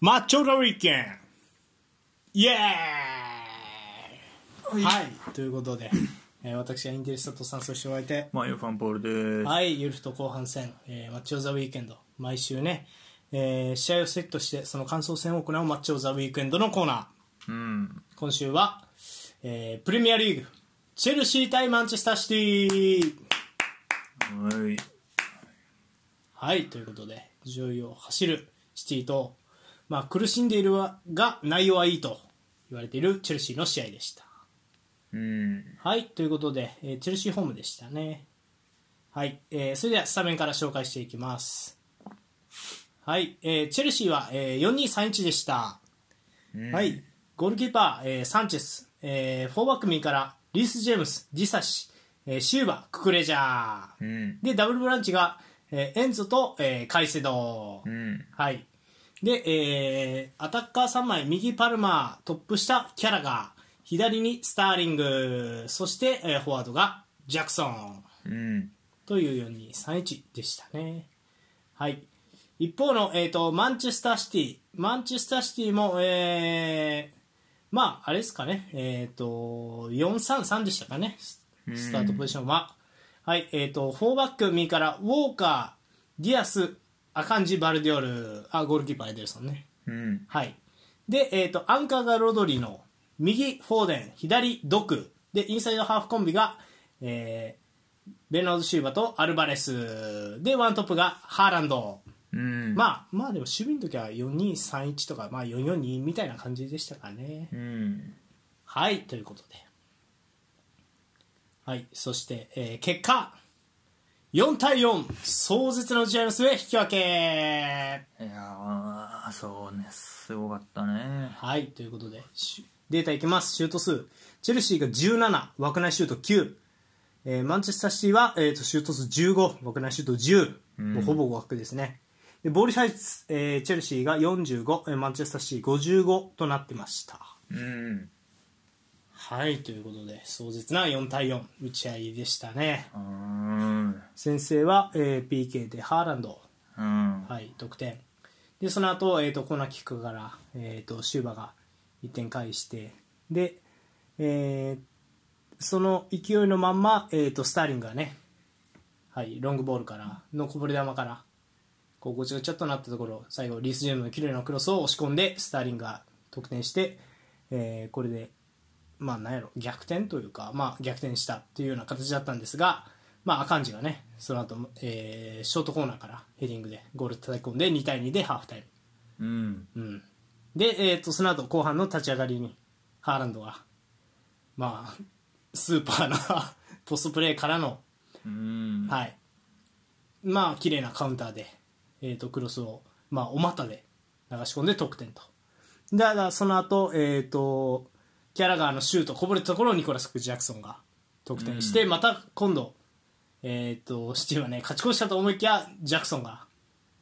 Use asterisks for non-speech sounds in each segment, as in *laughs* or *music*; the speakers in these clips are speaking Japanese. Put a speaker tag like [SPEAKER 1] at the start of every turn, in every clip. [SPEAKER 1] マッチョラウィケンイエーイ
[SPEAKER 2] は
[SPEAKER 1] はい、ということで、 *clears throat* えー私はインテリスタと賛成しておられて、
[SPEAKER 2] マイオファンポールです。
[SPEAKER 1] はい、ゆるふと後半戦、えーマッチョ・ザ・ウィーケンド、毎週ね、えー試合をセットして、その感想戦を行うマッチョ・ザ・ウィーケンドのコーナー、
[SPEAKER 2] うん。
[SPEAKER 1] 今週は、えープレミアリーグ、チェルシー対マンチェスターシティ
[SPEAKER 2] はい。
[SPEAKER 1] はい、ということで、上位を走るシティと、まあ、苦しんでいるわが、内容はいいと言われているチェルシーの試合でした。
[SPEAKER 2] うん。
[SPEAKER 1] はい、ということで、えーチェルシーホームでしたね。はい、えーそれではスタメンから紹介していきます。はい、えーチェルシーは、えー、4231でした。
[SPEAKER 2] うん
[SPEAKER 1] はい。、ゴールキーパー、えーサンチェス、えーフォーバックミーからリース・ジェームス、ディサシ、えーシューバ、ククレジャ
[SPEAKER 2] う
[SPEAKER 1] ー。
[SPEAKER 2] ん。
[SPEAKER 1] で、ダブルブランチが、えーエンゾと、えーカイセド。
[SPEAKER 2] うん。
[SPEAKER 1] はい。で、えーアタッカー3枚、右パルマー、トップ下、キャラガー、左にスターリング、そして、えーフォワードがジャクソン
[SPEAKER 2] うん。
[SPEAKER 1] という4231でしたね。はい。一方の、えー、とマンチェスターシティ、マンチェスターシティも、えーまあ、あれですかね、えー、と433でしたかね、ススタートポジションは。はい、えー、と4バック右からウォーカー、ディアス、アカンジ・バルディオル、あゴールキーパー、エデルソンね。
[SPEAKER 2] うん。
[SPEAKER 1] はい。で、えっ、と、アンカーがロドリの、右、フォーデン、左、ドク。で、インサイドハーフコンビが、えーベルナード・シューバとアルバレス。で、ワントップがハーランド。
[SPEAKER 2] うん。
[SPEAKER 1] まあ、まあでも、守備の時は4-2-3-1とか、まあ4-4-2みたいな感じでしたかね。
[SPEAKER 2] うん。
[SPEAKER 1] はい、ということで。はい、そして、えー結果、4対4、壮絶な打ち合いの末、引き分け。
[SPEAKER 2] いやー、そうね、すごかったね。
[SPEAKER 1] はい、ということで、シュデータいきます。シュート数。チェルシーが17、枠内シュート9。えーマンチェスターシティは、えーとシュート数15、枠内シュート10。もうほぼ枠ですね。で、ボール支配率、えーチェルシーが45、えーマンチェスターシティ55となってました。
[SPEAKER 2] うん。
[SPEAKER 1] はい、ということで、壮絶な4対4、打ち合いでしたね。
[SPEAKER 2] うん。
[SPEAKER 1] 先生は、えー PK でハーランド。
[SPEAKER 2] うん。
[SPEAKER 1] はい、得点。で、その後、えー、とコーナーキックから、えー、とシューバが1点返して、で、えーその勢いのまんま、えー、とスターリングがね、はい、ロングボールからのこぼれ球から、こうごちゃごちゃっとなったところ、最後、リース・ジェームの綺麗なクロスを押し込んで、スターリングが得点して、えーこれで、まあ、なんやろ、逆転というか、まあ、逆転したっていうような形だったんですが、まあ、アカンジがね、その後、えーショートコーナーからヘディングでゴール叩き込んで、2対2でハーフタイ
[SPEAKER 2] うん。
[SPEAKER 1] ム。うん。で、えー、とその後、後半の立ち上がりに、ハーランドが、まあ、スーパーな *laughs* ポストプレーからの
[SPEAKER 2] うん。
[SPEAKER 1] はい、まあ綺麗なカウンターで、えー、とクロスを、まあ、お股で流し込んで得点とだからその後、えー、とキャラガーのシュートこぼれたところをニコラス・クジャクソンが得点して、また今度、えー、とシティは、ね、勝ち越したと思いきやジャクソンが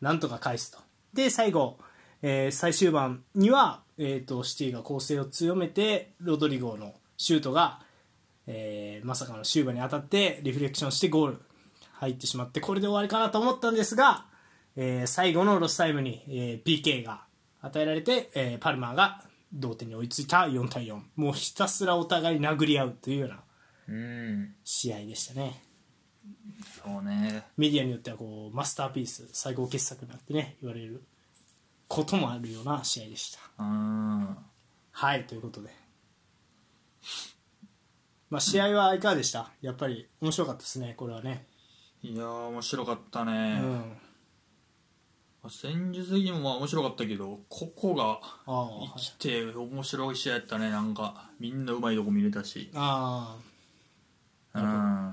[SPEAKER 1] なんとか返すとで最後、えー最終盤には、えー、とシティが攻勢を強めてロドリゴのシュートがえーまさかのシューバに当たってリフレクションしてゴール入ってしまってこれで終わりかなと思ったんですが、えー最後のロスタイムに、えー PK が与えられて、えーパルマーが同点に追いついた4対4もうひたすらお互い殴り合うというような
[SPEAKER 2] うん。
[SPEAKER 1] 試合でしたね
[SPEAKER 2] そうね。
[SPEAKER 1] メディアによってはこうマスターピース最高傑作なんてね言われることもあるような試合でした
[SPEAKER 2] うん。
[SPEAKER 1] はいということで、まあ、試合はいかがでしたやっぱり面白かったですねこれはね
[SPEAKER 2] いやー、面白かった
[SPEAKER 1] う
[SPEAKER 2] ね。
[SPEAKER 1] ん
[SPEAKER 2] 戦術的にもまあ面白かったけど、ここが
[SPEAKER 1] ああ、はい
[SPEAKER 2] 生きて面白い試合やったね。なんか、みんなうまいとこ見れたし。
[SPEAKER 1] あ
[SPEAKER 2] う
[SPEAKER 1] なるほど
[SPEAKER 2] ん。
[SPEAKER 1] あ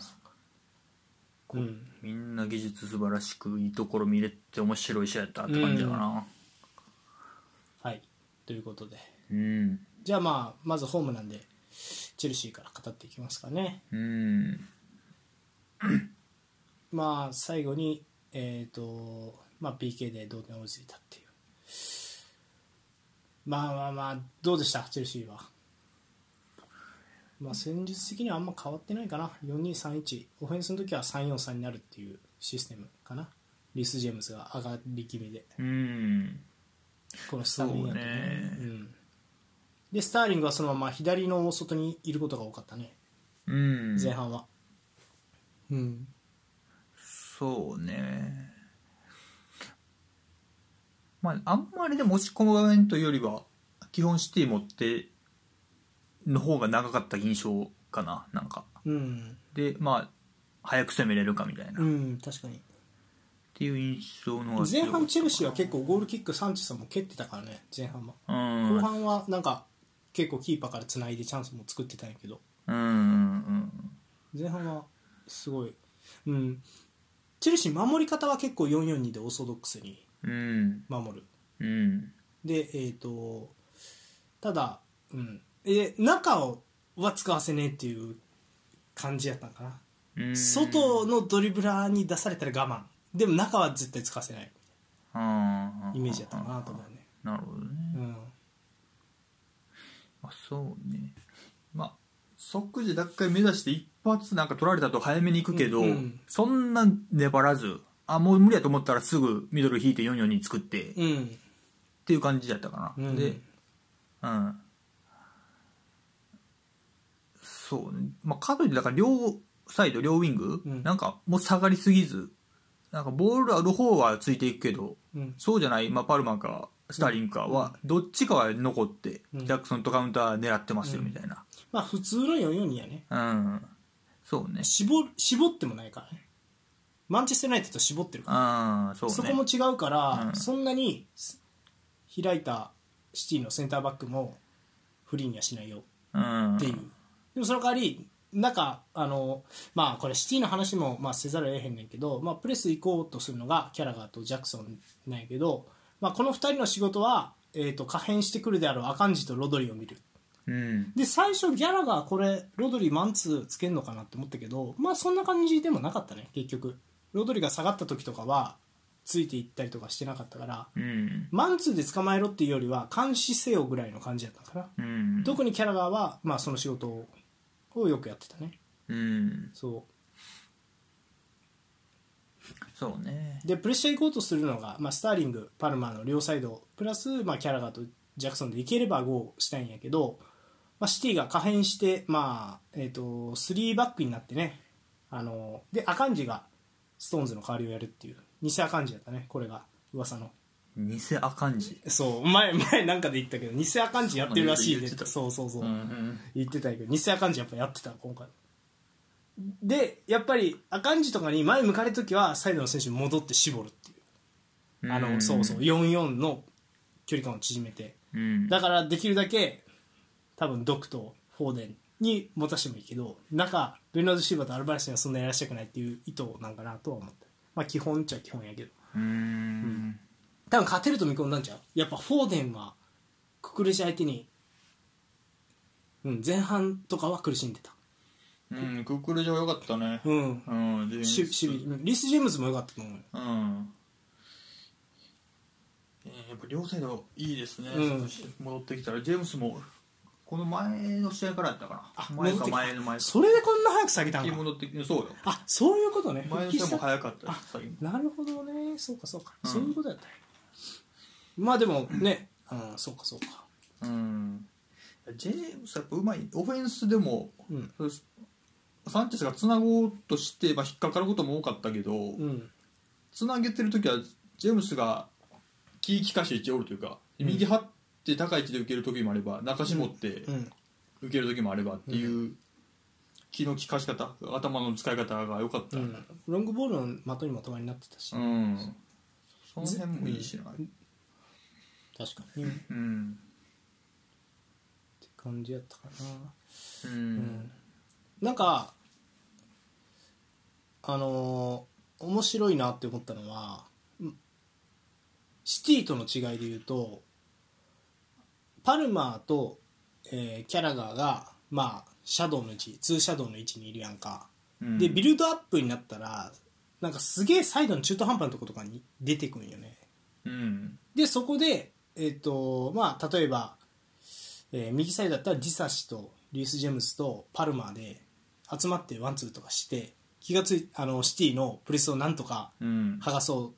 [SPEAKER 1] うん
[SPEAKER 2] みんな技術素晴らしくいいところ見れて面白い試合やったって感じだな
[SPEAKER 1] はいということで
[SPEAKER 2] うん
[SPEAKER 1] じゃあまあまずホームなんでチェルシーから語っていきますかね
[SPEAKER 2] うん
[SPEAKER 1] まあ最後にえっ、とまあ PK で同点に追いついたっていうまあまあまあどうでしたチェルシーはまあ戦術的にはあんま変わってないかな4231オフェンスの時は343になるっていうシステムかなリース・ジェームズが上がり気味で
[SPEAKER 2] うん
[SPEAKER 1] このスターリングだとね
[SPEAKER 2] そうね
[SPEAKER 1] うん、でスターリングはそのまま左の大外にいることが多かったね
[SPEAKER 2] うん
[SPEAKER 1] 前半はうん
[SPEAKER 2] そうねまああんまりでも押し込む場面というよりは基本シティ持っての方が長かった印象かななんか
[SPEAKER 1] うん、
[SPEAKER 2] でまあ早く攻めれるかみたいな、
[SPEAKER 1] う
[SPEAKER 2] っ
[SPEAKER 1] ん、確かに
[SPEAKER 2] ていう印象の方が強
[SPEAKER 1] 前
[SPEAKER 2] かった
[SPEAKER 1] 半チェルシーは結構ゴールキックサンチェスも蹴ってたからね前半は
[SPEAKER 2] うん
[SPEAKER 1] 後半はなんか結構キーパーからつないでチャンスも作ってたんやけど
[SPEAKER 2] うんうん
[SPEAKER 1] 前半はすごいうんチェルシー守り方は結構442でオーソドックスに
[SPEAKER 2] うんうん
[SPEAKER 1] 守る
[SPEAKER 2] うん
[SPEAKER 1] でえっ、とただうんえ中をは使わせねえっていう感じやったんかな
[SPEAKER 2] うん
[SPEAKER 1] 外のドリブラーに出されたら我慢でも中は絶対使わせない
[SPEAKER 2] あ
[SPEAKER 1] イメージやったかなと思うね
[SPEAKER 2] なるほどね
[SPEAKER 1] うん
[SPEAKER 2] まあ、そうねまあ即時奪回目指して一発なんか取られたと早めに行くけど、
[SPEAKER 1] うんうん
[SPEAKER 2] そんな粘らずあもう無理やと思ったらすぐミドル引いて4 4に作って、っ
[SPEAKER 1] うん
[SPEAKER 2] ていう感じだったかな、
[SPEAKER 1] うん
[SPEAKER 2] でうんそうねまあかといってだから両サイド両ウィング、
[SPEAKER 1] うん
[SPEAKER 2] なんかもう下がりすぎずなんかボールある方はついていくけど
[SPEAKER 1] うん
[SPEAKER 2] そうじゃない、まあ、パルマかスターリンかはどっちかは残って、
[SPEAKER 1] うん
[SPEAKER 2] ジャクソンとカウンター狙ってますよ
[SPEAKER 1] うん
[SPEAKER 2] みたいな
[SPEAKER 1] まあ普通の442やね
[SPEAKER 2] うん、そうね
[SPEAKER 1] 絞絞ってもないからねマンチェスター・ユナイテッドは絞ってるから
[SPEAKER 2] ああそうね
[SPEAKER 1] そこも違うから、
[SPEAKER 2] うん
[SPEAKER 1] そんなにす開いたシティのセンターバックもフリーにはしないよ
[SPEAKER 2] うん
[SPEAKER 1] っていう、でもその代わり中あのまあこれシティの話も、まあ、せざるを得へんねんけど、まあ、プレス行こうとするのがキャラガーとジャクソンなんやけど、まあ、この2人の仕事は、えー、と可変してくるであろうアカンジとロドリを見る
[SPEAKER 2] うん
[SPEAKER 1] で最初ギャラがこれロドリマンツーつけんのかなって思ったけどまあそんな感じでもなかったね結局ロドリが下がった時とかはついていったりとかしてなかったから
[SPEAKER 2] うん
[SPEAKER 1] マンツーで捕まえろっていうよりは監視せよぐらいの感じだったから
[SPEAKER 2] うん
[SPEAKER 1] 特にキャラガーは、まあ、その仕事ををよくやってたね
[SPEAKER 2] うん
[SPEAKER 1] そ
[SPEAKER 2] そうね
[SPEAKER 1] うでプレッシャー行こうとするのが、まあ、スターリングパルマーの両サイドプラス、まあ、キャラガーとジャクソンでいければゴーしたいんやけど、まあ、シティが可変して、まあえー、と3バックになってねあのでアカンジがストーンズの代わりをやるっていう偽アカンジだったねこれが噂の
[SPEAKER 2] 偽アカンジ
[SPEAKER 1] そう前前なんかで言ったけど偽アカンジやってるらしいね
[SPEAKER 2] そうなんだ言ってた
[SPEAKER 1] そうそうそう、
[SPEAKER 2] ん
[SPEAKER 1] 言ってたんやけど偽アカンジやっぱやってた今回でやっぱりアカンジとかに前向かれる時はサイドの選手に戻って絞るっていうあのそうそう44の距離感を縮めて
[SPEAKER 2] うん
[SPEAKER 1] だからできるだけ多分ドクとフォーデンに持たせてもいいけど中ベルナード・シーバーとアルバレスにはそんなやらしたくないっていう意図なんかなとは思ったまあ基本っちゃ基本やけど
[SPEAKER 2] うん
[SPEAKER 1] 多分勝てると見込んだんちゃうやっぱフォーデンはククレジ相手に、うん、前半とかは苦しんでた
[SPEAKER 2] うんクックル上良かったね
[SPEAKER 1] うん
[SPEAKER 2] うんで
[SPEAKER 1] し守備リス・ジェームズも良かったと思うよ
[SPEAKER 2] うんえーやっぱ両サイドいいですね、
[SPEAKER 1] うん
[SPEAKER 2] 戻ってきたらジェームスもこの前の試合からやったか
[SPEAKER 1] あ
[SPEAKER 2] な前
[SPEAKER 1] 戻って
[SPEAKER 2] か
[SPEAKER 1] きた
[SPEAKER 2] 前の前か
[SPEAKER 1] それでこんな早く下げたん
[SPEAKER 2] 復帰
[SPEAKER 1] か
[SPEAKER 2] 戻ってきてそうよ
[SPEAKER 1] あそういうことね
[SPEAKER 2] 前
[SPEAKER 1] 復
[SPEAKER 2] の
[SPEAKER 1] 帰
[SPEAKER 2] 試合
[SPEAKER 1] し
[SPEAKER 2] も
[SPEAKER 1] た
[SPEAKER 2] 早かったです最後
[SPEAKER 1] なるほどねそうかそうか、
[SPEAKER 2] うん
[SPEAKER 1] そういうことやったまあでもね、うん、そうかそうか
[SPEAKER 2] うんジェームスやっぱうまいオフェンスでも
[SPEAKER 1] うん
[SPEAKER 2] サンチェスがつなごうとして、まあ、引っかかることも多かったけど、
[SPEAKER 1] うん
[SPEAKER 2] つなげてる時はジェームスがキー利かして一応おるというか、
[SPEAKER 1] うん
[SPEAKER 2] 右張って高い位置で受ける時もあれば中絞って、
[SPEAKER 1] うん
[SPEAKER 2] 受ける時もあればっていう、気の利かし方頭の使い方が良かっ
[SPEAKER 1] う
[SPEAKER 2] た
[SPEAKER 1] んロングボールの的にも止まりになってたし、
[SPEAKER 2] うんその辺もいいしな
[SPEAKER 1] 確かに、って
[SPEAKER 2] うん
[SPEAKER 1] 感じやったかな
[SPEAKER 2] う
[SPEAKER 1] うん
[SPEAKER 2] ん
[SPEAKER 1] なんかあのー面白いなって思ったのはんシティとの違いで言うとパルマーと、えーキャラガーがまあシャドウの位置ツーシャドウの位置にいるやんか、
[SPEAKER 2] うん
[SPEAKER 1] でビルドアップになったらなんかすげえサイドの中途半端なとことかに出てくんよね
[SPEAKER 2] うん
[SPEAKER 1] でそこで、えっとまあ、例えば、えー右サイドだったらディサシとリュース・ジェームスとパルマーで集まってワンツーとかして気がついあのシティのプレスをなんとか
[SPEAKER 2] うん
[SPEAKER 1] 剥がそ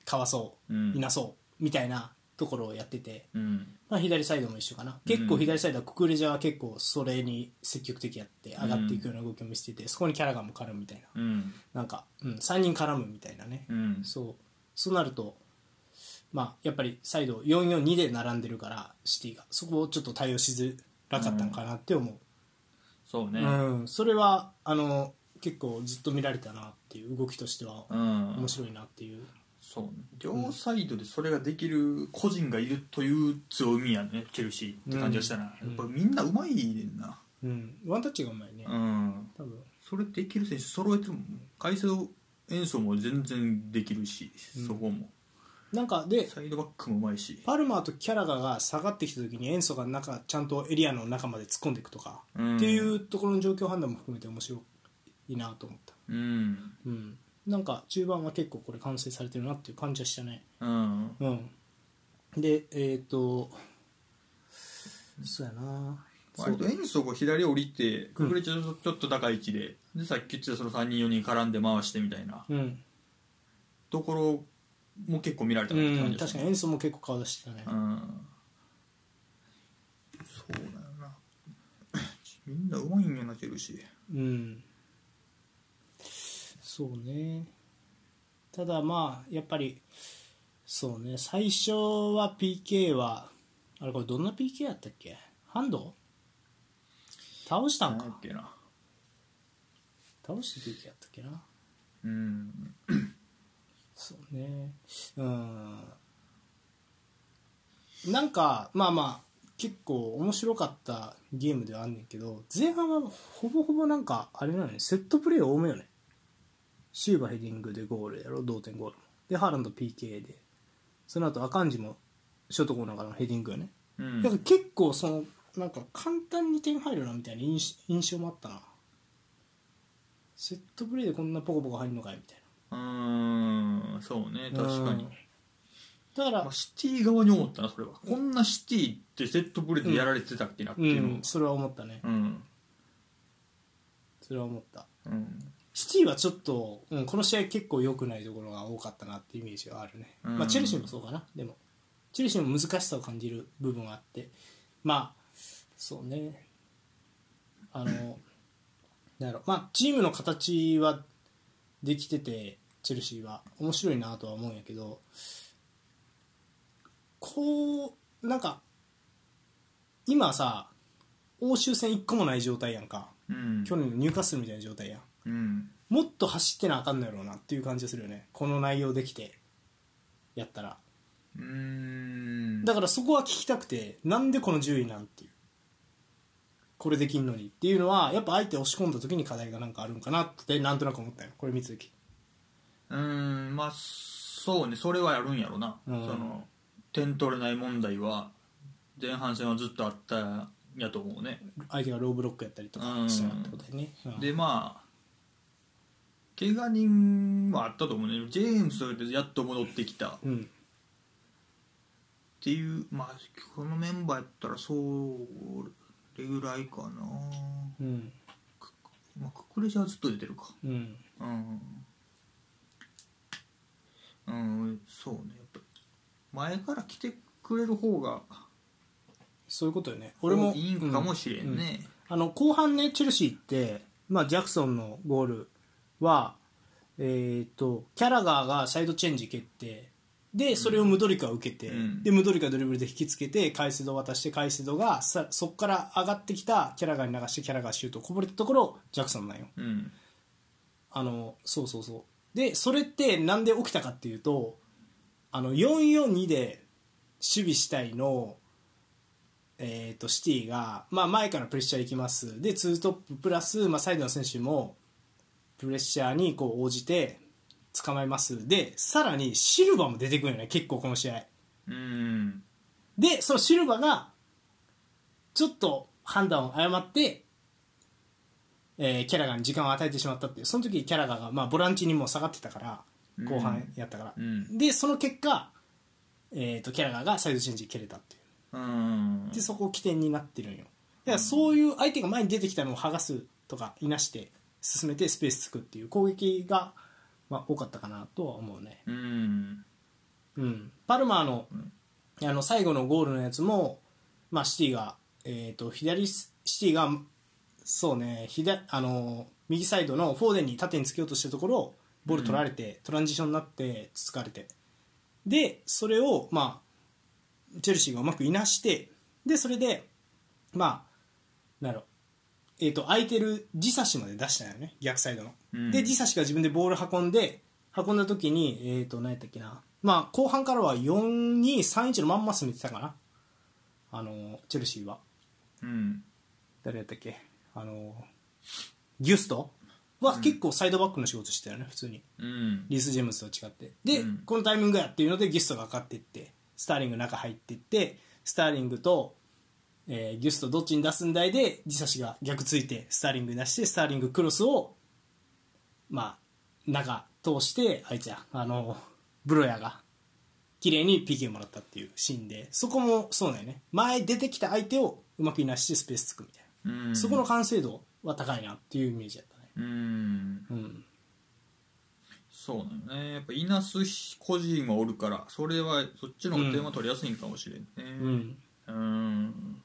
[SPEAKER 1] うかわそううんいなそうみたいなところをやってて、
[SPEAKER 2] うん
[SPEAKER 1] まあ、左サイドも一緒かな結構左サイドはククレジャは結構それに積極的やって上がっていくような動きを見せてて、そこにキャラがも絡むみたいな
[SPEAKER 2] うん
[SPEAKER 1] なんか、うん、3人絡むみたいなね、
[SPEAKER 2] うん
[SPEAKER 1] そうそうなると、まあ、やっぱりサイド442で並んでるからシティがそこをちょっと対応しづらかったのかなって思う、
[SPEAKER 2] そう
[SPEAKER 1] う
[SPEAKER 2] ね
[SPEAKER 1] んそれはあの結構ずっと見られたなっていう動きとしては
[SPEAKER 2] うん、
[SPEAKER 1] 面白いなっていう、
[SPEAKER 2] そう両サイドでそれができる個人がいるという強みやねチェルシーって感じがしたな、
[SPEAKER 1] うん
[SPEAKER 2] やっぱみんなうまいねんな
[SPEAKER 1] うん、ワンタッチがうまいね、
[SPEAKER 2] うん
[SPEAKER 1] 多分
[SPEAKER 2] それできる選手揃えても回数演奏も全然できるし、
[SPEAKER 1] うん
[SPEAKER 2] そこも
[SPEAKER 1] なんかで
[SPEAKER 2] サイドバックもうまいし
[SPEAKER 1] パルマーとキャラガが下がってきた時に塩素が中ちゃんとエリアの中まで突っ込んでいくとか、
[SPEAKER 2] うん
[SPEAKER 1] っていうところの状況判断も含めて面白いなと思った
[SPEAKER 2] うん
[SPEAKER 1] うん、なんか中盤は結構これ完成されてるなっていう感じはしたね。
[SPEAKER 2] うん
[SPEAKER 1] うん、で、えっ、と、そうやな。
[SPEAKER 2] 割と演奏が左降りてくぐれちゃうちょっと高い位置で,、でさっき言ってたその3人4人絡んで回してみたいな
[SPEAKER 1] うん、
[SPEAKER 2] ところも結構見られた
[SPEAKER 1] う
[SPEAKER 2] なって感
[SPEAKER 1] ん、
[SPEAKER 2] じが
[SPEAKER 1] 確
[SPEAKER 2] した
[SPEAKER 1] か
[SPEAKER 2] ね
[SPEAKER 1] に演奏も結構顔出してたね
[SPEAKER 2] う。んそうだよなみんなうまいんやなチェルシー
[SPEAKER 1] うん。そうね。ただまあ、やっぱり、そうね、最初は PK は、あれこれどんな PK やったっけハンド倒したん
[SPEAKER 2] 何や
[SPEAKER 1] か
[SPEAKER 2] っ。けな
[SPEAKER 1] 倒して PK やったっけな。
[SPEAKER 2] うん
[SPEAKER 1] そうねうんなんかまあまあ結構面白かったゲームではあんねんけど前半はほぼほぼなんかあれなのねセットプレー多めよねシューバヘディングでゴールやろ同点ゴールもでハーランド PK でその後アカンジもショートコーナーからのヘディングよね、
[SPEAKER 2] うん
[SPEAKER 1] だから結構そのなんか簡単に点入るなみたいな印印象もあったなセットプレーでこんなポコポコ入るのかいみたいな
[SPEAKER 2] うんそうね確かに
[SPEAKER 1] うんだから、
[SPEAKER 2] まあ、シティ側に思ったなそれはこんなシティってセットプレーでやられてたっけなって
[SPEAKER 1] う
[SPEAKER 2] いうの
[SPEAKER 1] ん、それは思ったね、
[SPEAKER 2] うん
[SPEAKER 1] それは思った
[SPEAKER 2] うん
[SPEAKER 1] シティはちょっと、うん、この試合結構良くないところが多かったなってイメージはあるね、
[SPEAKER 2] うん
[SPEAKER 1] まあ、チェルシーもそうかなでもチェルシーも難しさを感じる部分があってまあそうねあのなんだろうまあチームの形はできててチェルシーは面白いなとは思うんやけどこうなんか今さ欧州戦1個もない状態やんか
[SPEAKER 2] うん
[SPEAKER 1] 去年の入荷するみたいな状態やん
[SPEAKER 2] うん
[SPEAKER 1] もっと走ってなあかんのやろうなっていう感じがするよねこの内容できてやったら
[SPEAKER 2] うん
[SPEAKER 1] だからそこは聞きたくてなんでこの10位なんていうこれできんのにっていうのはやっぱ相手押し込んだ時に課題がなんかあるんかなってなんとなく思ったよこれ見つき
[SPEAKER 2] うんまあそうねそれはやるんやろな、
[SPEAKER 1] うん
[SPEAKER 2] その点取れない問題は前半戦はずっとあったんやと思うね、
[SPEAKER 1] 相手がローブロックやったりとかしたってことだよね、うん
[SPEAKER 2] でまあ怪我人はあったと思うねジェームスでやっと戻ってきたっ
[SPEAKER 1] うん
[SPEAKER 2] ていうまあこのメンバーやったらそうそれぐらいかな
[SPEAKER 1] うん
[SPEAKER 2] まあ、ククレジャーはずっと出てるか
[SPEAKER 1] うん
[SPEAKER 2] うんうんそうねやっぱ前から来てくれる方が
[SPEAKER 1] そういうことよね俺も
[SPEAKER 2] いいんかもしれんね
[SPEAKER 1] あの後半ねチェルシーって、まあ、ジャクソンのゴールは、えー、とキャラガーがサイドチェンジ蹴ってでそれをムドリカが受けて、
[SPEAKER 2] うん
[SPEAKER 1] でムドリカドリブルで引きつけてカイセドを渡してカイセドがさそこから上がってきたキャラガーに流してキャラガーシュートこぼれたところジャクソンなんよ
[SPEAKER 2] うん
[SPEAKER 1] あのそうそうそうでそれってなんで起きたかっていうとあの442で守備したいの、えー、とシティが、まあ、前からプレッシャーいきますでツートッププラス、まあ、サイドの選手もプレッシャーにこう応じて捕まえますでさらにシルバも出てくるよね結構この試合
[SPEAKER 2] うん
[SPEAKER 1] でそのシルバがちょっと判断を誤って、えーキャラガーに時間を与えてしまったっていうその時キャラガーが、まあ、ボランチにもう下がってたから
[SPEAKER 2] うん
[SPEAKER 1] 後半やったから、
[SPEAKER 2] うん
[SPEAKER 1] でその結果、えー、とキャラガーがサイドチェンジ蹴れたっていう
[SPEAKER 2] うん
[SPEAKER 1] でそこを起点になってるんよだからそういう相手が前に出てきたのを剥がすとかいなして進めてスペース作っていう攻撃が、まあ、多かったかなとは思うね
[SPEAKER 2] うん
[SPEAKER 1] うん、パルマーのあの最後のゴールのやつも、まあ、シティが、えー、と左シティがそうね左あの右サイドのフォーデンに縦につけようとしてるところをボール取られて、トランジションになってつつかれてでそれを、まあ、チェルシーがうまくいなしてでそれで、まあ、なんやろえー、と空いてるジサシまで出したんよね逆サイドの。
[SPEAKER 2] うん
[SPEAKER 1] でジサシが自分でボール運んで運んだ時に、えー、と何やったっけな、まあ、後半からは4231のまんま進めてたかなあのチェルシーは。
[SPEAKER 2] うん
[SPEAKER 1] 誰やったっけあのギュストは結構サイドバックの仕事してたよね普通に
[SPEAKER 2] うん
[SPEAKER 1] リース・ジェームズと違ってで、
[SPEAKER 2] うん
[SPEAKER 1] このタイミングやっていうのでギュストが上がっていってスターリング中入っていってスターリングと、えーギュストどっちに出すんだいでジサシが逆ついてスターリングに出してスターリングクロスをまあ中通してあいつやあのブロヤが綺麗に PK もらったっていうシーンでそこもそうだよね前出てきた相手をうまくいなしてスペースつくみたいな。
[SPEAKER 2] うん
[SPEAKER 1] そこの完成度は高いなっていうイメージだったね。
[SPEAKER 2] うん
[SPEAKER 1] うん。
[SPEAKER 2] そうなのねやっぱいなす個人はおるからそれはそっちの方が点は取りやすいんかもしれんね
[SPEAKER 1] うん。
[SPEAKER 2] うん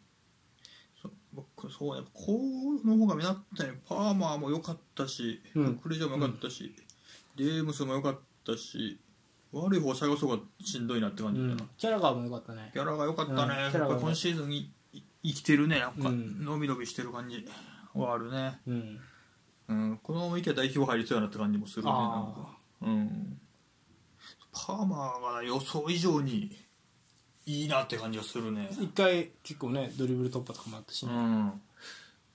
[SPEAKER 2] そ僕そうやっぱこうの方が目立ったねパーマーも良かったし、
[SPEAKER 1] うん
[SPEAKER 2] クレジャーも良かったし、デームスも良かったし悪い方探そうがしんどいなって感
[SPEAKER 1] う
[SPEAKER 2] じだな、
[SPEAKER 1] ん、キャラがも良かったね
[SPEAKER 2] ギ。ャラが良かったね、
[SPEAKER 1] うん
[SPEAKER 2] やっ
[SPEAKER 1] キャラが良
[SPEAKER 2] ぱ
[SPEAKER 1] かった
[SPEAKER 2] 今シーズンいい生きてるねなんか
[SPEAKER 1] うん
[SPEAKER 2] 伸び伸びしてる感じはあるね、
[SPEAKER 1] うん。
[SPEAKER 2] うん、このままいけば代表入りそうやなって感じもするねなん
[SPEAKER 1] あ
[SPEAKER 2] か、うん、パーマーが予想以上にいいなって感じがするね
[SPEAKER 1] あ。一回結構ね、ドリブル突破とかもあったしね。
[SPEAKER 2] う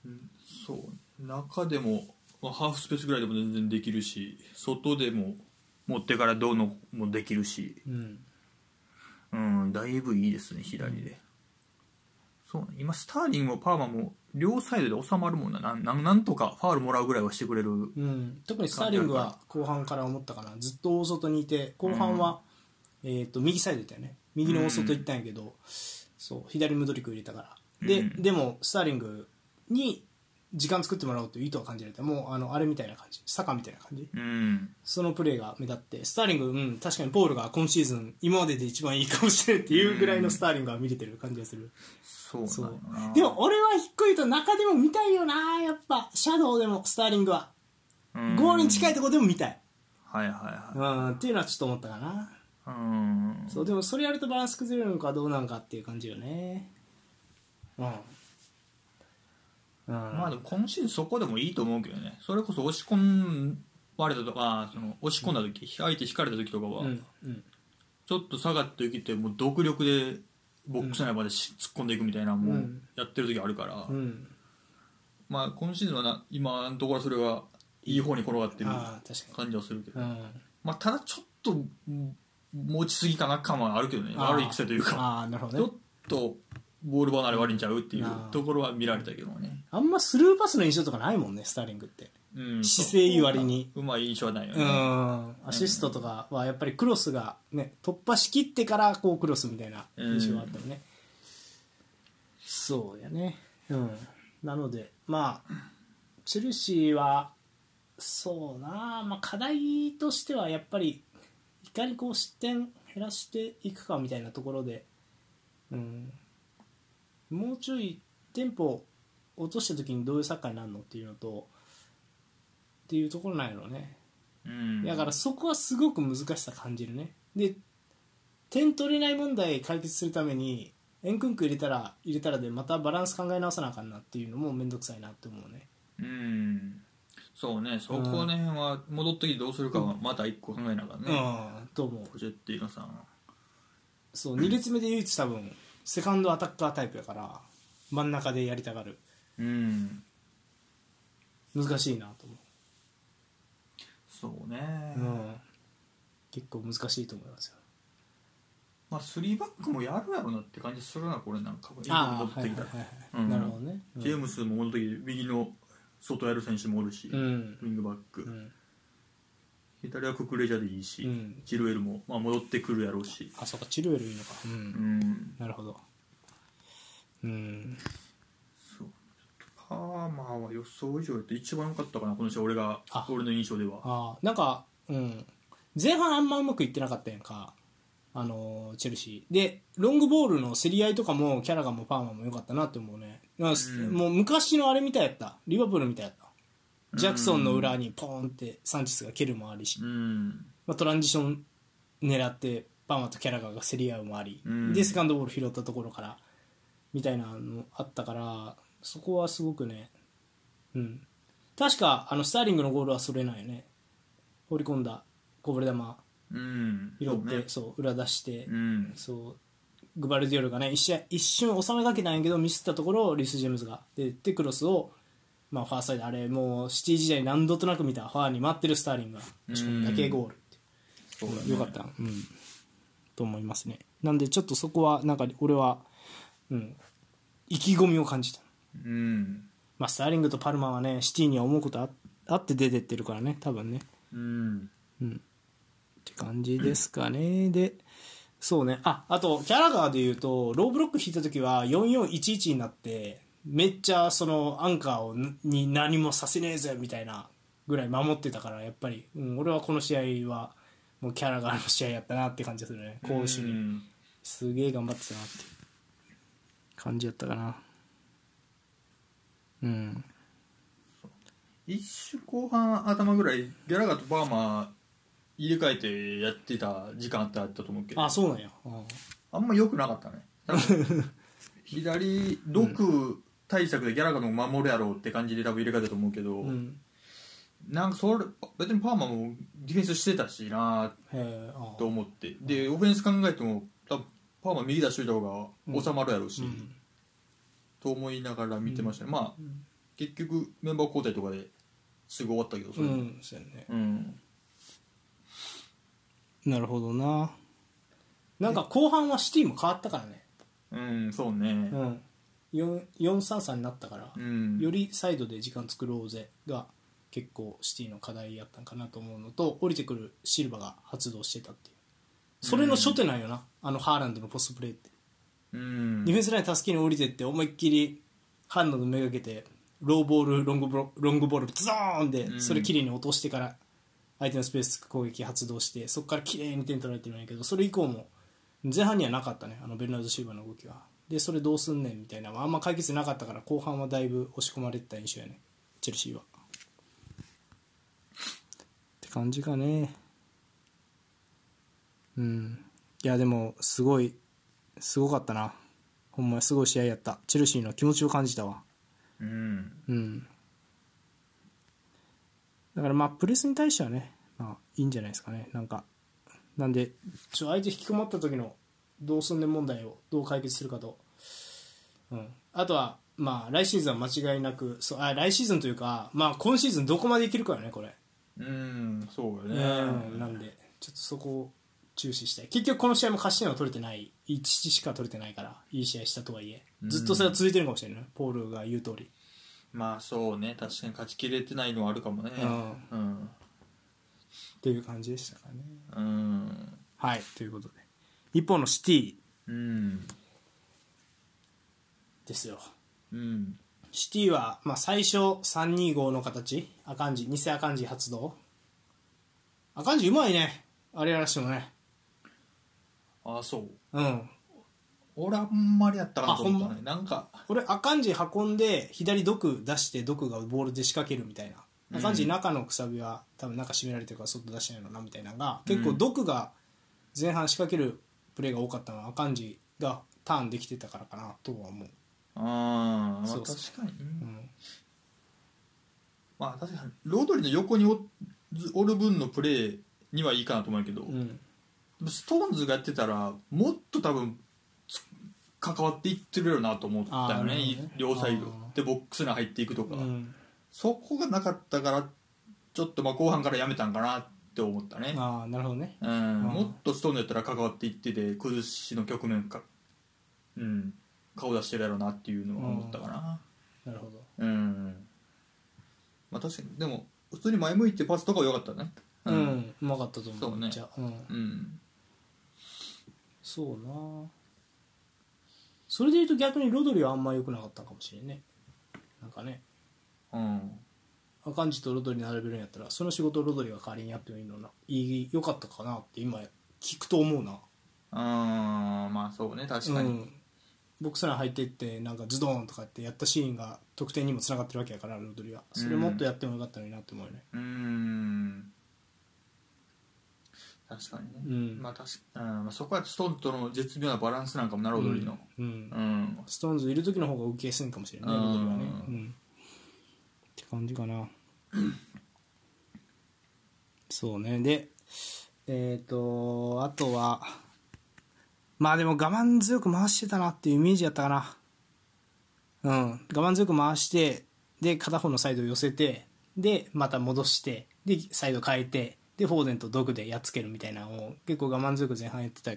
[SPEAKER 2] ん、そう中でも、まあ、ハーフスペースぐらいでも全然できるし外でも持ってからどうのもできるし、
[SPEAKER 1] うん。
[SPEAKER 2] うん、だいぶいいですね左で、そうね今スターリングもパーマも両サイドで収まるもんななんなんなんとかファールもらうぐらいはしてくれる
[SPEAKER 1] うん。特にスターリングは後半から思ったかな。ずっと大外にいて、後半は、えっと、右サイドだったよね。右の大外行ったんやけど、そう、左ムドリク入れたから。で、
[SPEAKER 2] うん
[SPEAKER 1] でも、スターリングに時間作ってもらおうという意図は感じられて、もう、あの、あれみたいな感じ。サカみたいな感じ。
[SPEAKER 2] うん
[SPEAKER 1] そのプレーが目立って、スターリング、うん、確かにポールが今シーズン、今までで一番いいかもしれんっていうぐらいのスターリングが見れてる感じがする。
[SPEAKER 2] そう
[SPEAKER 1] そ
[SPEAKER 2] な
[SPEAKER 1] うん
[SPEAKER 2] だな。
[SPEAKER 1] でも、俺は低いと中でも見たいよな、やっぱ、シャドウでも、スターリングは。
[SPEAKER 2] うん
[SPEAKER 1] ゴールに近いとこでも見たい。
[SPEAKER 2] はいは
[SPEAKER 1] う
[SPEAKER 2] い
[SPEAKER 1] ん、
[SPEAKER 2] は
[SPEAKER 1] っていうのはちょっと思ったかな。
[SPEAKER 2] いうん
[SPEAKER 1] そう、でもそれやるとバランス崩れるのかどうなのかっていう感じよね。うん。うん。
[SPEAKER 2] まあでも今シーズンそこでもいいと思うけどねそれこそ押し込まれたとかその押し込んだ時、相手引かれた時とかは、
[SPEAKER 1] うん、うん。
[SPEAKER 2] ちょっと下がってきてもう独力でボックス内までし突っ込んでいくみたいなも
[SPEAKER 1] う
[SPEAKER 2] うんやってる時あるから、
[SPEAKER 1] うん。
[SPEAKER 2] まあ今シーズンはな今のところそれがいい方に転がってる
[SPEAKER 1] ああ、確か
[SPEAKER 2] 感じはするけど、
[SPEAKER 1] に。うん。
[SPEAKER 2] まあただちょっとうん持ちすぎかな感はあるけどね
[SPEAKER 1] あー
[SPEAKER 2] 悪い癖というか
[SPEAKER 1] ああ、なるほ
[SPEAKER 2] ちょ
[SPEAKER 1] ど
[SPEAKER 2] っ
[SPEAKER 1] ね。
[SPEAKER 2] とボール離れ悪いんちゃうっていう
[SPEAKER 1] あー
[SPEAKER 2] ところは見られたけどもね、
[SPEAKER 1] あんまスルーパスの印象とかないもんね、スターリングって。
[SPEAKER 2] うん、
[SPEAKER 1] 姿勢いい割に
[SPEAKER 2] うまい印象はないよ
[SPEAKER 1] う
[SPEAKER 2] ね、
[SPEAKER 1] んアシストとかはやっぱりクロスが、ね、突破しきってからこうクロスみたいな印象があったよね、そうやね、うん、なのでまあチェルシーはそうなあ、まあ、課題としてはやっぱりいかにこう失点減らしていくかみたいなところで、うん、もうちょいテンポ落とした時にどういうサッカーになるのっていうのとっていうところなんやろうね
[SPEAKER 2] うん
[SPEAKER 1] だからそこはすごく難しさ感じるねで点取れない問題解決するためにエンクンク入れたら入れたらでまたバランス考え直さなあかんなっていうのも面倒くさいなって思うね
[SPEAKER 2] うんそうねそこら辺は戻ってきてどうするかはまた一個考えながらね、
[SPEAKER 1] うんと思う
[SPEAKER 2] ポジェッティーノさん
[SPEAKER 1] そう2列目で唯一多分セカンドアタッカータイプやから真ん中でやりたがる
[SPEAKER 2] うん
[SPEAKER 1] 難しいなと思
[SPEAKER 2] そうね、
[SPEAKER 1] う、うん、結構難しいと思いますよ
[SPEAKER 2] まあ3バックもやるやろなって感じするなこれなんか
[SPEAKER 1] あ
[SPEAKER 2] 戻
[SPEAKER 1] あ
[SPEAKER 2] っ
[SPEAKER 1] は
[SPEAKER 2] て
[SPEAKER 1] い
[SPEAKER 2] きた
[SPEAKER 1] はい
[SPEAKER 2] ら
[SPEAKER 1] はい、
[SPEAKER 2] うん
[SPEAKER 1] なるほどね
[SPEAKER 2] ジェームスも戻ってきて右の外やる選手もおるし、
[SPEAKER 1] う
[SPEAKER 2] ウ
[SPEAKER 1] ん
[SPEAKER 2] ィングバック、
[SPEAKER 1] うん
[SPEAKER 2] 左はククレジャでいいし、
[SPEAKER 1] うん
[SPEAKER 2] ジルエルも、まあ、戻ってくるやろうし
[SPEAKER 1] あそっかチルエルいいのかう
[SPEAKER 2] うんん
[SPEAKER 1] なるほどうん
[SPEAKER 2] そうパーマーは予想以上やって一番良かったかなこの試合俺が
[SPEAKER 1] あ
[SPEAKER 2] 俺の印象では
[SPEAKER 1] ああなんか、うん、前半あんまうまくいってなかったやんかあのーチェルシーでロングボールの競り合いとかもキャラガンもパーマンも良かったなって思うね、なんか
[SPEAKER 2] うん
[SPEAKER 1] もう昔のあれみたいやったリバプールみたいやったジャクソンの裏にポーンってサンチェスが蹴るもありし、
[SPEAKER 2] うん
[SPEAKER 1] まあ、トランジション狙ってパーマとキャラガンが競り合うもあり、
[SPEAKER 2] うん
[SPEAKER 1] でセカンドボール拾ったところからみたいなのあったからそこはすごくねうん確かあのスターリングのゴールはそれなんよね放り込んだこぼれ球
[SPEAKER 2] うん
[SPEAKER 1] 拾って
[SPEAKER 2] そう
[SPEAKER 1] そう、
[SPEAKER 2] ね
[SPEAKER 1] 裏出して、
[SPEAKER 2] うん
[SPEAKER 1] そうグバルディオルがね一瞬一瞬収めかけたんやけどミスったところをリス・ジェームズが出てクロスを、まあ、ファーサイドあれもうシティ時代何度となく見たファーに待ってるスターリングが仕込んだけゴールって
[SPEAKER 2] そうだね
[SPEAKER 1] よかった、うん、と思いますねなんでちょっとそこはなんか俺は、うん、意気込みを感じた、
[SPEAKER 2] うん
[SPEAKER 1] まあ、スターリングとパルマはねシティには思うことああって出てってるからね多分ね
[SPEAKER 2] うん
[SPEAKER 1] うんって感じですかね、でそうねああとキャラガーでいうとローブロック引いた時は4411になってめっちゃそのアンカーをに何もさせねえぜみたいなぐらい守ってたからやっぱり、うん、俺はこの試合はもうキャラガーの試合やったなって感じがするね攻守に、
[SPEAKER 2] うん
[SPEAKER 1] すげえ頑張ってたなって感じやったかなうん
[SPEAKER 2] 一週後半頭ぐらいギャラガーとバーマー入れ替えてやってた時間あったと思うけど
[SPEAKER 1] あそうなんやあ
[SPEAKER 2] あんま良くなかったね
[SPEAKER 1] *laughs*
[SPEAKER 2] 多分左毒対策でギャラガーの方が守るやろうって感じで多分入れ替えたと思うけど、
[SPEAKER 1] うん
[SPEAKER 2] なんかそれ別にパーマもディフェンスしてたしな
[SPEAKER 1] へえあ
[SPEAKER 2] と思ってでオフェンス考えても多分パーマ右出しといた方が収まるやろうし、
[SPEAKER 1] うん
[SPEAKER 2] と思いながら見てましたね、まあ結局メンバー交代とかですぐ終わったけどそれ
[SPEAKER 1] う
[SPEAKER 2] で
[SPEAKER 1] んそうやね
[SPEAKER 2] うん
[SPEAKER 1] なるほどななんか後半はシティも変わったからね
[SPEAKER 2] うんそうね
[SPEAKER 1] うん4 433になったから
[SPEAKER 2] う、ん
[SPEAKER 1] よりサイドで時間作ろうぜが結構シティの課題やったんかなと思うのと降りてくるシルバが発動してたっていうそれの初手なんよな、あのハーランドのポストプレーって、
[SPEAKER 2] うん
[SPEAKER 1] ディフェンスライン助けに降りてって思いっきりハンドの目がけてローボールロングボロロングボールズドーンで
[SPEAKER 2] ん
[SPEAKER 1] それ綺麗に落としてから相手のスペース突く攻撃発動してそこから綺麗に点取られてるんやけどそれ以降も前半にはなかったねあのベルナード・シルバの動きはでそれどうすんねんみたいなのはあんま解決なかったから後半はだいぶ押し込まれてた印象やねチェルシーはって感じかねうんいやでもすごいすごかったなほんますごい試合やったチェルシーの気持ちを感じたわ
[SPEAKER 2] うん
[SPEAKER 1] うんだからまあプレスに対してはねまあいいんじゃないですかねなんかなんでちょ相手引きこもった時のどうすんねん問題をどう解決するかと、うん、あとはまあ来シーズンは間違いなくそうあ来シーズンというかまあ今シーズンどこまでいけるかよねこれ
[SPEAKER 2] うんそうよね
[SPEAKER 1] うんなんでちょっとそこを注視したい結局この試合も勝ち点は取れてない1しか取れてないからいい試合したとはいえずっとそれは続いてるかもしれないねポールが言う通り
[SPEAKER 2] まあそうね確かに勝ちきれてないのはあるかもねうん
[SPEAKER 1] っていう感じでしたかね
[SPEAKER 2] うん
[SPEAKER 1] はいということで一方のシティ
[SPEAKER 2] うん
[SPEAKER 1] ですよ
[SPEAKER 2] うん
[SPEAKER 1] シティは、まあ、最初325の形アカンジ偽アカンジ発動アカンジうまいねあれやらしてもね
[SPEAKER 2] あそう
[SPEAKER 1] うん
[SPEAKER 2] 俺あんまりやったかなと思っ
[SPEAKER 1] あ
[SPEAKER 2] た
[SPEAKER 1] ほ
[SPEAKER 2] ねなんか
[SPEAKER 1] 俺赤んじ運んで左毒出して毒がボールで仕掛けるみたいな赤んじ中のくさびは多分中締められてるから外出してないのかなみたいなのが結構毒が前半仕掛けるプレーが多かったのは赤んじがターンできてたからかなとは思う、
[SPEAKER 2] あーまあ
[SPEAKER 1] そう
[SPEAKER 2] 確
[SPEAKER 1] そう
[SPEAKER 2] かにうん
[SPEAKER 1] うん
[SPEAKER 2] まあ確かにロドリの横におずおる分のプレーにはいいかなと思うけど、
[SPEAKER 1] うん、
[SPEAKER 2] ストーンズがやってたらもっと多分つ関わっていってるよなと思ったよ
[SPEAKER 1] あ
[SPEAKER 2] ね
[SPEAKER 1] ーなるほどね
[SPEAKER 2] 両サイド
[SPEAKER 1] あ
[SPEAKER 2] でボックスに入っていくとか、
[SPEAKER 1] うん、
[SPEAKER 2] そこがなかったからちょっとまあ後半からやめたんかなって思ったね、
[SPEAKER 1] ああなるほどね
[SPEAKER 2] うん、
[SPEAKER 1] うん
[SPEAKER 2] もっとストーンズやったら関わっていってて崩しの局面か、うん、顔出してるやろなっていうのは思ったかな、
[SPEAKER 1] なるほど
[SPEAKER 2] うんまあ確かにでも普通に前向いてパスとかは良かったね
[SPEAKER 1] うん、うまかったと思う
[SPEAKER 2] そうね
[SPEAKER 1] めっちゃうん、
[SPEAKER 2] うん
[SPEAKER 1] そうなそれでいうと逆にロドリはあんま良くなかったかもしれんねなんかね
[SPEAKER 2] うん
[SPEAKER 1] アカンジとロドリ並べるんやったらその仕事をロドリが代わりにやってもいいのないい良かったかなって今聞くと思うな
[SPEAKER 2] うーんまあそうね確か
[SPEAKER 1] う
[SPEAKER 2] に、
[SPEAKER 1] ん、ボックス内入っていってなんかズドンとかってやったシーンが得点にもつながってるわけやからロドリはそれもっとやってもよかったのになって思うよね、
[SPEAKER 2] うーん確かにね、
[SPEAKER 1] うん
[SPEAKER 2] まあ確かうんまあ、そこはストンとの絶妙なバランスなんかもなるほどいいの
[SPEAKER 1] うん
[SPEAKER 2] う、ん、
[SPEAKER 1] ストーンズいる時の方が受けやすいんかもしれないね
[SPEAKER 2] うん
[SPEAKER 1] ロドリはね、うん、って感じかなそうねでえっ、とあとはまあでも我慢強く回してたなっていうイメージやったかなうん我慢強く回してで片方のサイド寄せてでまた戻してでサイド変えてでフォーデンと毒でやっつけるみたいなのを結構我慢強く前半やってた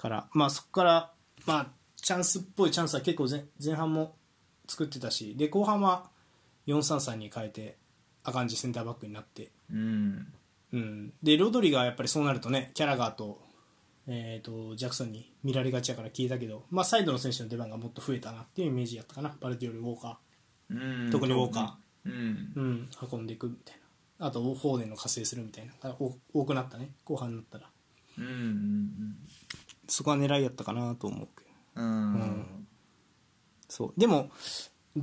[SPEAKER 1] からまあそこからまあチャンスっぽいチャンスは結構前前半も作ってたしで後半は433に変えてアカンジセンターバックになって
[SPEAKER 2] うん、
[SPEAKER 1] うん、でロドリがやっぱりそうなるとねキャラガーと,、えー、とジャクソンに見られがちやから聞いたけど、まあ、サイドの選手の出番がもっと増えたなっていうイメージやったかなバルディオルウォーカ
[SPEAKER 2] うん、
[SPEAKER 1] 特にウォーカ
[SPEAKER 2] ーうん
[SPEAKER 1] ー、うん、運んでいくみたいなあとフォーデンの加勢するみたいなあお多くなったね後半になったら
[SPEAKER 2] うんうん
[SPEAKER 1] そこは狙いやったかなと思うけど
[SPEAKER 2] うんうん
[SPEAKER 1] そうでも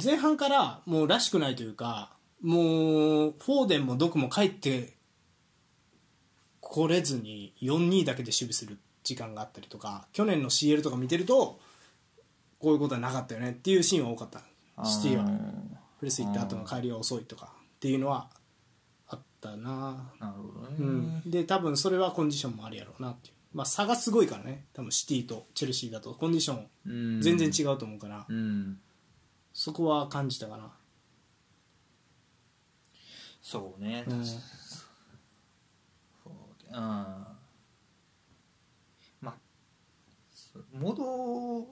[SPEAKER 1] 前半からもうらしくないというかもうフォーデンもドクも帰ってこれずに4-2だけで守備する時間があったりとか去年の CL とか見てるとこういうことはなかったよねっていうシーンは多かったシティ
[SPEAKER 2] あー
[SPEAKER 1] はプレス行った後の帰りが遅いとかっていうのはあったな、
[SPEAKER 2] なるほどね、
[SPEAKER 1] うん、で多分それはコンディションもあるやろうなっていう、まあ、差がすごいからね多分シティとチェルシーだとコンディション
[SPEAKER 2] うん
[SPEAKER 1] 全然違うと思うから、
[SPEAKER 2] うん
[SPEAKER 1] そこは感じたかな
[SPEAKER 2] そうね、
[SPEAKER 1] うん
[SPEAKER 2] 確かにそううんまあそう戻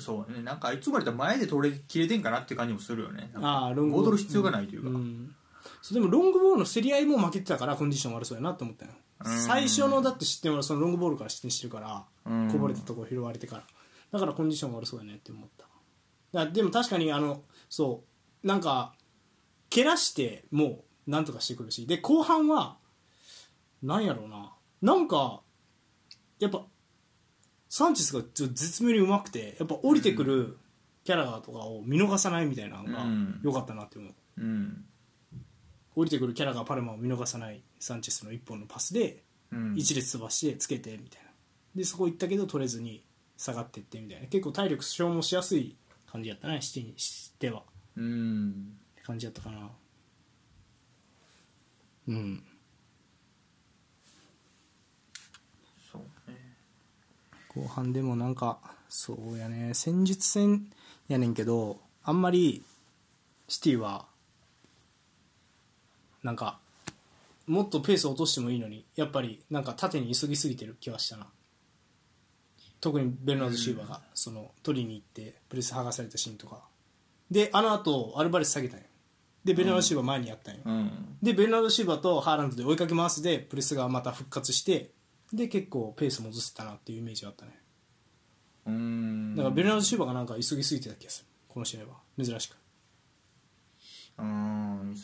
[SPEAKER 2] そうねなんかいつまでたら前で取れ切れてんかなって感じもするよねなんか
[SPEAKER 1] ああロングボール
[SPEAKER 2] 戻る必要がないというか、
[SPEAKER 1] うんそうでもロングボールの競り合いも負けてたからコンディション悪そうやなと思ったよ
[SPEAKER 2] うん
[SPEAKER 1] 最初のだって失点はそのロングボールから失点してるから
[SPEAKER 2] うん
[SPEAKER 1] こぼれたところ拾われてからだからコンディション悪そうやねって思っただでも確かにあのそうなんか蹴らしてもうなんとかしてくるしで後半はなんやろうななんかやっぱサンチェスがちょっと絶妙にうまくてやっぱ降りてくるキャラとかを見逃さないみたいなのが
[SPEAKER 2] うん
[SPEAKER 1] 良かったなって思う、
[SPEAKER 2] うん
[SPEAKER 1] 降りてくるキャラがパルマを見逃さないサンチェスの一本のパスで
[SPEAKER 2] うん
[SPEAKER 1] 一列飛ばしてつけてみたいなでそこ行ったけど取れずに下がってってみたいな結構体力消耗しやすい感じやったねシティにしてはっ
[SPEAKER 2] うん
[SPEAKER 1] て感じやったかなうん
[SPEAKER 2] そうね
[SPEAKER 1] 後半でもなんかそうやね戦術戦やねんけどあんまりシティはなんかもっとペースを落としてもいいのにやっぱりなんか縦に急ぎすぎてる気はしたな特にベルナード・シューバーがその取りに行ってプレス剥がされたシーンとかであのあとアルバレス下げたんよでベルナード・シューバー前にやったんよ、
[SPEAKER 2] うん
[SPEAKER 1] でベルナード・シーバーとハーランドで追いかけ回すでプレスがまた復活してで結構ペース戻せたなっていうイメージがあったね
[SPEAKER 2] うん
[SPEAKER 1] だからベルナード・シーバーがなんか急ぎすぎてた気がするこの試合は珍しく、
[SPEAKER 2] うん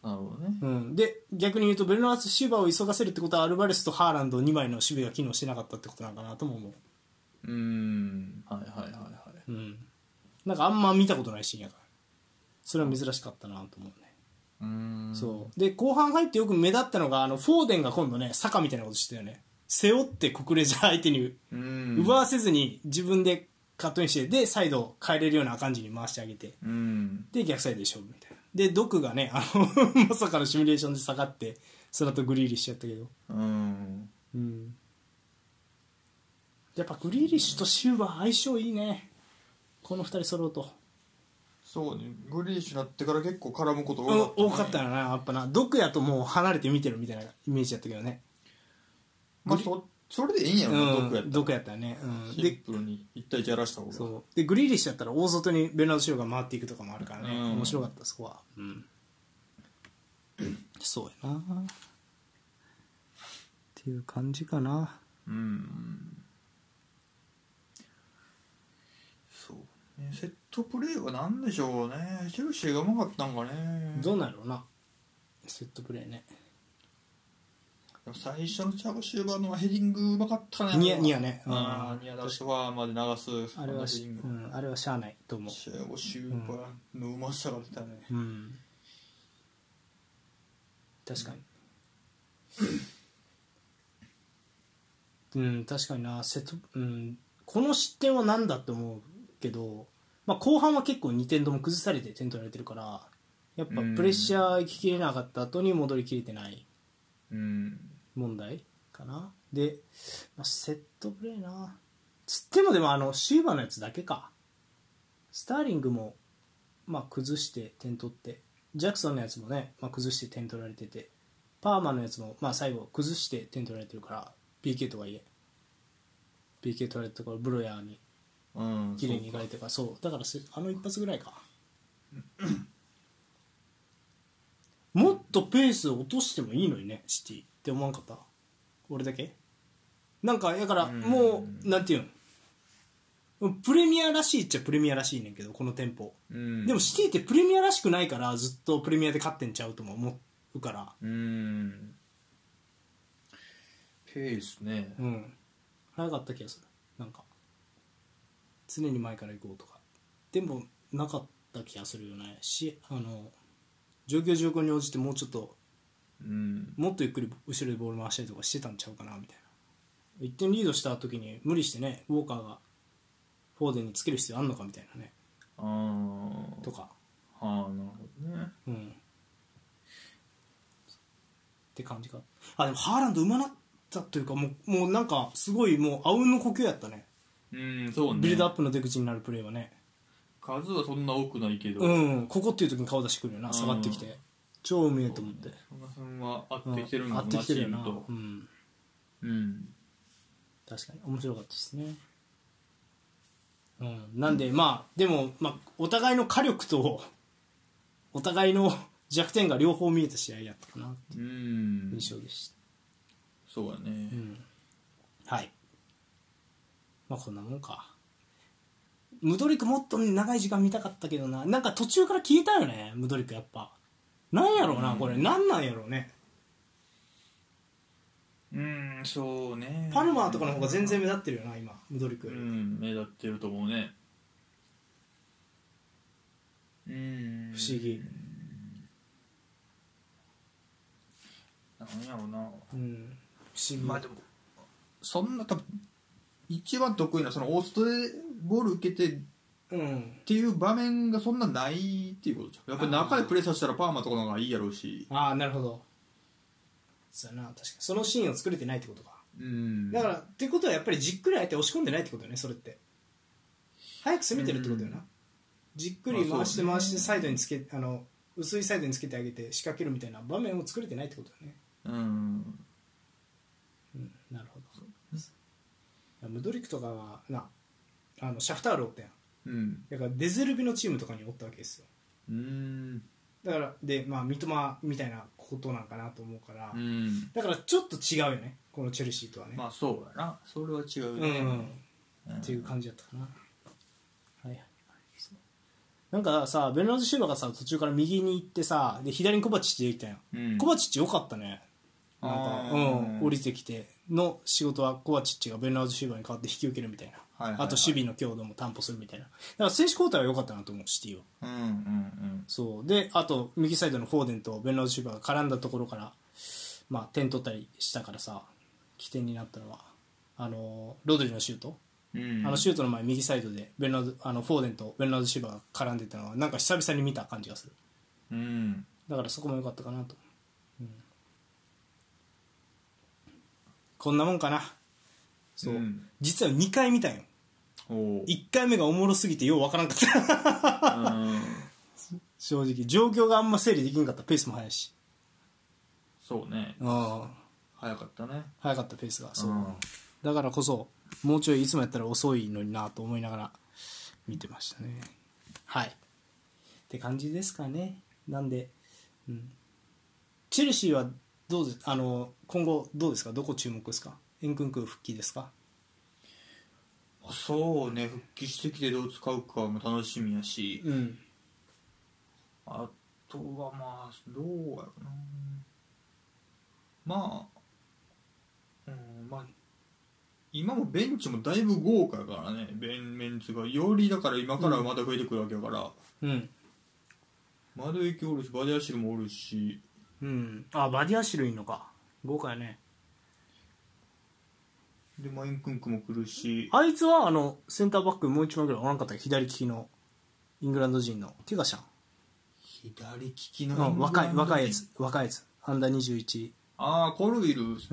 [SPEAKER 2] なるほどね
[SPEAKER 1] うん、で逆に言うとベルナード・シーバーを急がせるってことはアルバレスとハーランド2枚の守備が機能してなかったってことなのかなとも思
[SPEAKER 2] うんはいはいはいはい
[SPEAKER 1] う
[SPEAKER 2] う
[SPEAKER 1] んなんかあんま見たことないシーンやからそれは珍しかったなと思うね
[SPEAKER 2] うん
[SPEAKER 1] そうで後半入ってよく目立ったのがあのフォーデンが今度ね坂みたいなことしてたよね背負ってククレジャー相手に
[SPEAKER 2] うん
[SPEAKER 1] 奪わせずに自分でカットインしてでサイドを変えれるような感じに回してあげて
[SPEAKER 2] うん
[SPEAKER 1] で逆サイドで勝負みたいなでドクがねあの *laughs* まさかのシミュレーションで下がってその後グリーリッシュやったけど、
[SPEAKER 2] うん
[SPEAKER 1] うん、やっぱグリーリッシュとシューバー相性いいねこの2人揃うと
[SPEAKER 2] そうねグリーシュなってから結構絡むこと
[SPEAKER 1] うん多
[SPEAKER 2] ね
[SPEAKER 1] かったよなやっぱなドクやともう離れて見てるみたいなイメージやったけどね
[SPEAKER 2] まあそそれでいいんやろな、毒やっ
[SPEAKER 1] うん
[SPEAKER 2] た
[SPEAKER 1] ド
[SPEAKER 2] ら
[SPEAKER 1] クやったよね、うん、
[SPEAKER 2] シン
[SPEAKER 1] で
[SPEAKER 2] プルに一対一やらした方が
[SPEAKER 1] そうでグリーリッシュだったら大外にベルナード・シロが回っていくとかもあるからね、
[SPEAKER 2] うん
[SPEAKER 1] 面白かったそこはうんそうやなっていう感じかな
[SPEAKER 2] うんそうねセットプレーは何でしょうねチェルシーがうまかったんかね
[SPEAKER 1] どうなるのなセットプレーね
[SPEAKER 2] でも最初のチャブシューバーのはヘディングうまかったね
[SPEAKER 1] ニヤニヤねうん
[SPEAKER 2] あーニヤ出してファーまで流す
[SPEAKER 1] あれは
[SPEAKER 2] ヘデ
[SPEAKER 1] し、
[SPEAKER 2] ィング
[SPEAKER 1] うん、あれはしゃあないと思う
[SPEAKER 2] チャブシューバーのうまさが出たね
[SPEAKER 1] うん確かにうん確かにな瀬戸、うん、この失点は何だって思うけど、まあ、後半は結構2点とも崩されて点取られてるからやっぱプレッシャー行ききれなかった後に戻りきれてない
[SPEAKER 2] うん
[SPEAKER 1] 問題かなで、まあ、セットプレーなつってもでもあのシューバーのやつだけかスターリングも、まあ、崩して点取ってジャクソンのやつもね、まあ、崩して点取られててパーマのやつも、まあ、最後崩して点取られてるから PK とはいえ PK 取られたところブロヤーに
[SPEAKER 2] うん
[SPEAKER 1] 綺麗にいかれてるからそうだからせあの一発ぐらいかもっとペース落としてもいいのにねシティって思わんかった俺だけなんかだから
[SPEAKER 2] うん
[SPEAKER 1] もうなんていうのプレミアらしいっちゃプレミアらしいねんけどこのテンポ
[SPEAKER 2] うん
[SPEAKER 1] でもシティってプレミアらしくないからずっとプレミアで勝ってんちゃうとも思うから
[SPEAKER 2] うんペースね
[SPEAKER 1] うん早かった気がするなんか常に前から行こうとかでもなかった気がするよねしあの状況状況に応じてもうちょっと
[SPEAKER 2] うん
[SPEAKER 1] もっとゆっくり後ろでボール回したりとかしてたんちゃうかなみたいな1点リードした時に無理してねウォーカーがフォーデンにつける必要あんのかみたいなね
[SPEAKER 2] あー
[SPEAKER 1] とか
[SPEAKER 2] あーなるほどね
[SPEAKER 1] うんって感じかあでもハーランドうまなったというかもうもうなんかすごいもうあうんの呼吸やったね
[SPEAKER 2] うんそうね
[SPEAKER 1] ビルドアップの出口になるプレーはね
[SPEAKER 2] 数はそんな多くないけど、
[SPEAKER 1] うん、ここっていう時に顔出してくるよな、
[SPEAKER 2] うん
[SPEAKER 1] 下がってきて。超うめえと思って。
[SPEAKER 2] その辺は合
[SPEAKER 1] う
[SPEAKER 2] っ
[SPEAKER 1] ん
[SPEAKER 2] てきてるん
[SPEAKER 1] 合
[SPEAKER 2] だ
[SPEAKER 1] ってきてるよな。
[SPEAKER 2] チームと
[SPEAKER 1] うん。
[SPEAKER 2] うん
[SPEAKER 1] 確かに。面白かったですね。うん。なんで、まあ、でも、まあ、お互いの火力と、お互いの弱点が両方見えた試合やったかな、
[SPEAKER 2] うん
[SPEAKER 1] 印象でし
[SPEAKER 2] そうだね
[SPEAKER 1] た。うん。はい。まあ、こんなもんか。ムドリクもっと長い時間見たかったけどな。なんか途中から消えたよね、ムドリクやっぱ。なんやろうな、これ。なんなんやろうね。
[SPEAKER 2] うんそうね
[SPEAKER 1] パルマーとかの方が全然目立ってるよな今ミドリク
[SPEAKER 2] う
[SPEAKER 1] より
[SPEAKER 2] ん目立ってると思うねうん
[SPEAKER 1] 不思議
[SPEAKER 2] なんやろうな
[SPEAKER 1] うん不思議、
[SPEAKER 2] まあでもそんな多分一番得意なそのオーストでボール受けてっ
[SPEAKER 1] うん
[SPEAKER 2] ていう場面がそんなないっていうことじゃんやっぱり中でプレーさせたらパーマとかの方がいいやろうし
[SPEAKER 1] ああなるほどそうやな確かにそのシーンを作れてないってことか
[SPEAKER 2] うん
[SPEAKER 1] だからってことはやっぱりじっくり相手を押し込んでないってことよねそれって早く攻めてるってことよな、
[SPEAKER 2] う
[SPEAKER 1] じっくり回して
[SPEAKER 2] まあ
[SPEAKER 1] 回
[SPEAKER 2] そ
[SPEAKER 1] し
[SPEAKER 2] うね
[SPEAKER 1] てサイドにつけあの薄いサイドにつけてあげて仕掛けるみたいな場面を作れてないってことよね
[SPEAKER 2] うん
[SPEAKER 1] うんなるほどいやムドリクとかはなあのシャフタールおったやん
[SPEAKER 2] うん
[SPEAKER 1] だからデゼルビのチームとかにおったわけですよ
[SPEAKER 2] うん
[SPEAKER 1] だからでまあ三笘みたいなことなんかなと思うから、
[SPEAKER 2] うん
[SPEAKER 1] だからちょっと違うよねこのチェルシーとはね、
[SPEAKER 2] まあそうやなそれは違う
[SPEAKER 1] うん、
[SPEAKER 2] ね
[SPEAKER 1] うん、っていう感じだったかな、はいはいなんかさベルナード・シューバーがさ途中から右に行ってさで左にコバチッチできたやん、
[SPEAKER 2] うん
[SPEAKER 1] コバチッチよかったねなん
[SPEAKER 2] あ
[SPEAKER 1] か、う
[SPEAKER 2] ー
[SPEAKER 1] ん、降りてきての仕事はコバチッチがベルナード・シューバーに代わって引き受けるみたいな、
[SPEAKER 2] はいはいはい
[SPEAKER 1] あと守備の強度も担保するみたいなだから選手交代は良かったなと思うシティは
[SPEAKER 2] うんうんうん
[SPEAKER 1] そうであと右サイドのフォーデンとベンラード・シューバーが絡んだところから、まあ、点取ったりしたからさ起点になったのはあのロドリのシュート、
[SPEAKER 2] うん
[SPEAKER 1] あのシュートの前右サイドでベンラードあのフォーデンとベンラード・シューバーが絡んでたのはなんか久々に見た感じがする
[SPEAKER 2] うん
[SPEAKER 1] だからそこも良かったかなと、うんこんなもんかなそう、
[SPEAKER 2] うん
[SPEAKER 1] 実は2回見たんよ
[SPEAKER 2] おお
[SPEAKER 1] 1回目がおもろすぎてようわからんかった *laughs*
[SPEAKER 2] うん
[SPEAKER 1] 正直状況があんま整理できんかったペースも速いし
[SPEAKER 2] そうね
[SPEAKER 1] うん
[SPEAKER 2] 早かったね
[SPEAKER 1] 早かったペースがそう、
[SPEAKER 2] うん
[SPEAKER 1] だからこそもうちょいいつもやったら遅いのになと思いながら見てましたねはいって感じですかねなんで、うん、チェルシーはどうであの今後どうですかどこ注目ですかエンクンク復帰ですか
[SPEAKER 2] そうね復帰してきてどう使うかも楽しみやし、
[SPEAKER 1] うん
[SPEAKER 2] あとはまあどうやろなまあ今もベンチもだいぶ豪華やからねベンメンツがよりだから今からまた増えてくるわけやから、
[SPEAKER 1] うん。
[SPEAKER 2] マドエキおるしバデアシルもおるし
[SPEAKER 1] うん。あ、バディアシルいいのか。豪華やね。
[SPEAKER 2] でマインクンクも来るし
[SPEAKER 1] あいつは、あの、センターバックもう一枚ぐらいおらんかったっけ左利きの、イングランド人の、怪我したん。
[SPEAKER 2] 左利き
[SPEAKER 1] う
[SPEAKER 2] のイン
[SPEAKER 1] ん、
[SPEAKER 2] グランド
[SPEAKER 1] 若い、若
[SPEAKER 2] 人
[SPEAKER 1] いやつ。若いやつ。アンダー21。
[SPEAKER 2] ああコルビル
[SPEAKER 1] うん。
[SPEAKER 2] そ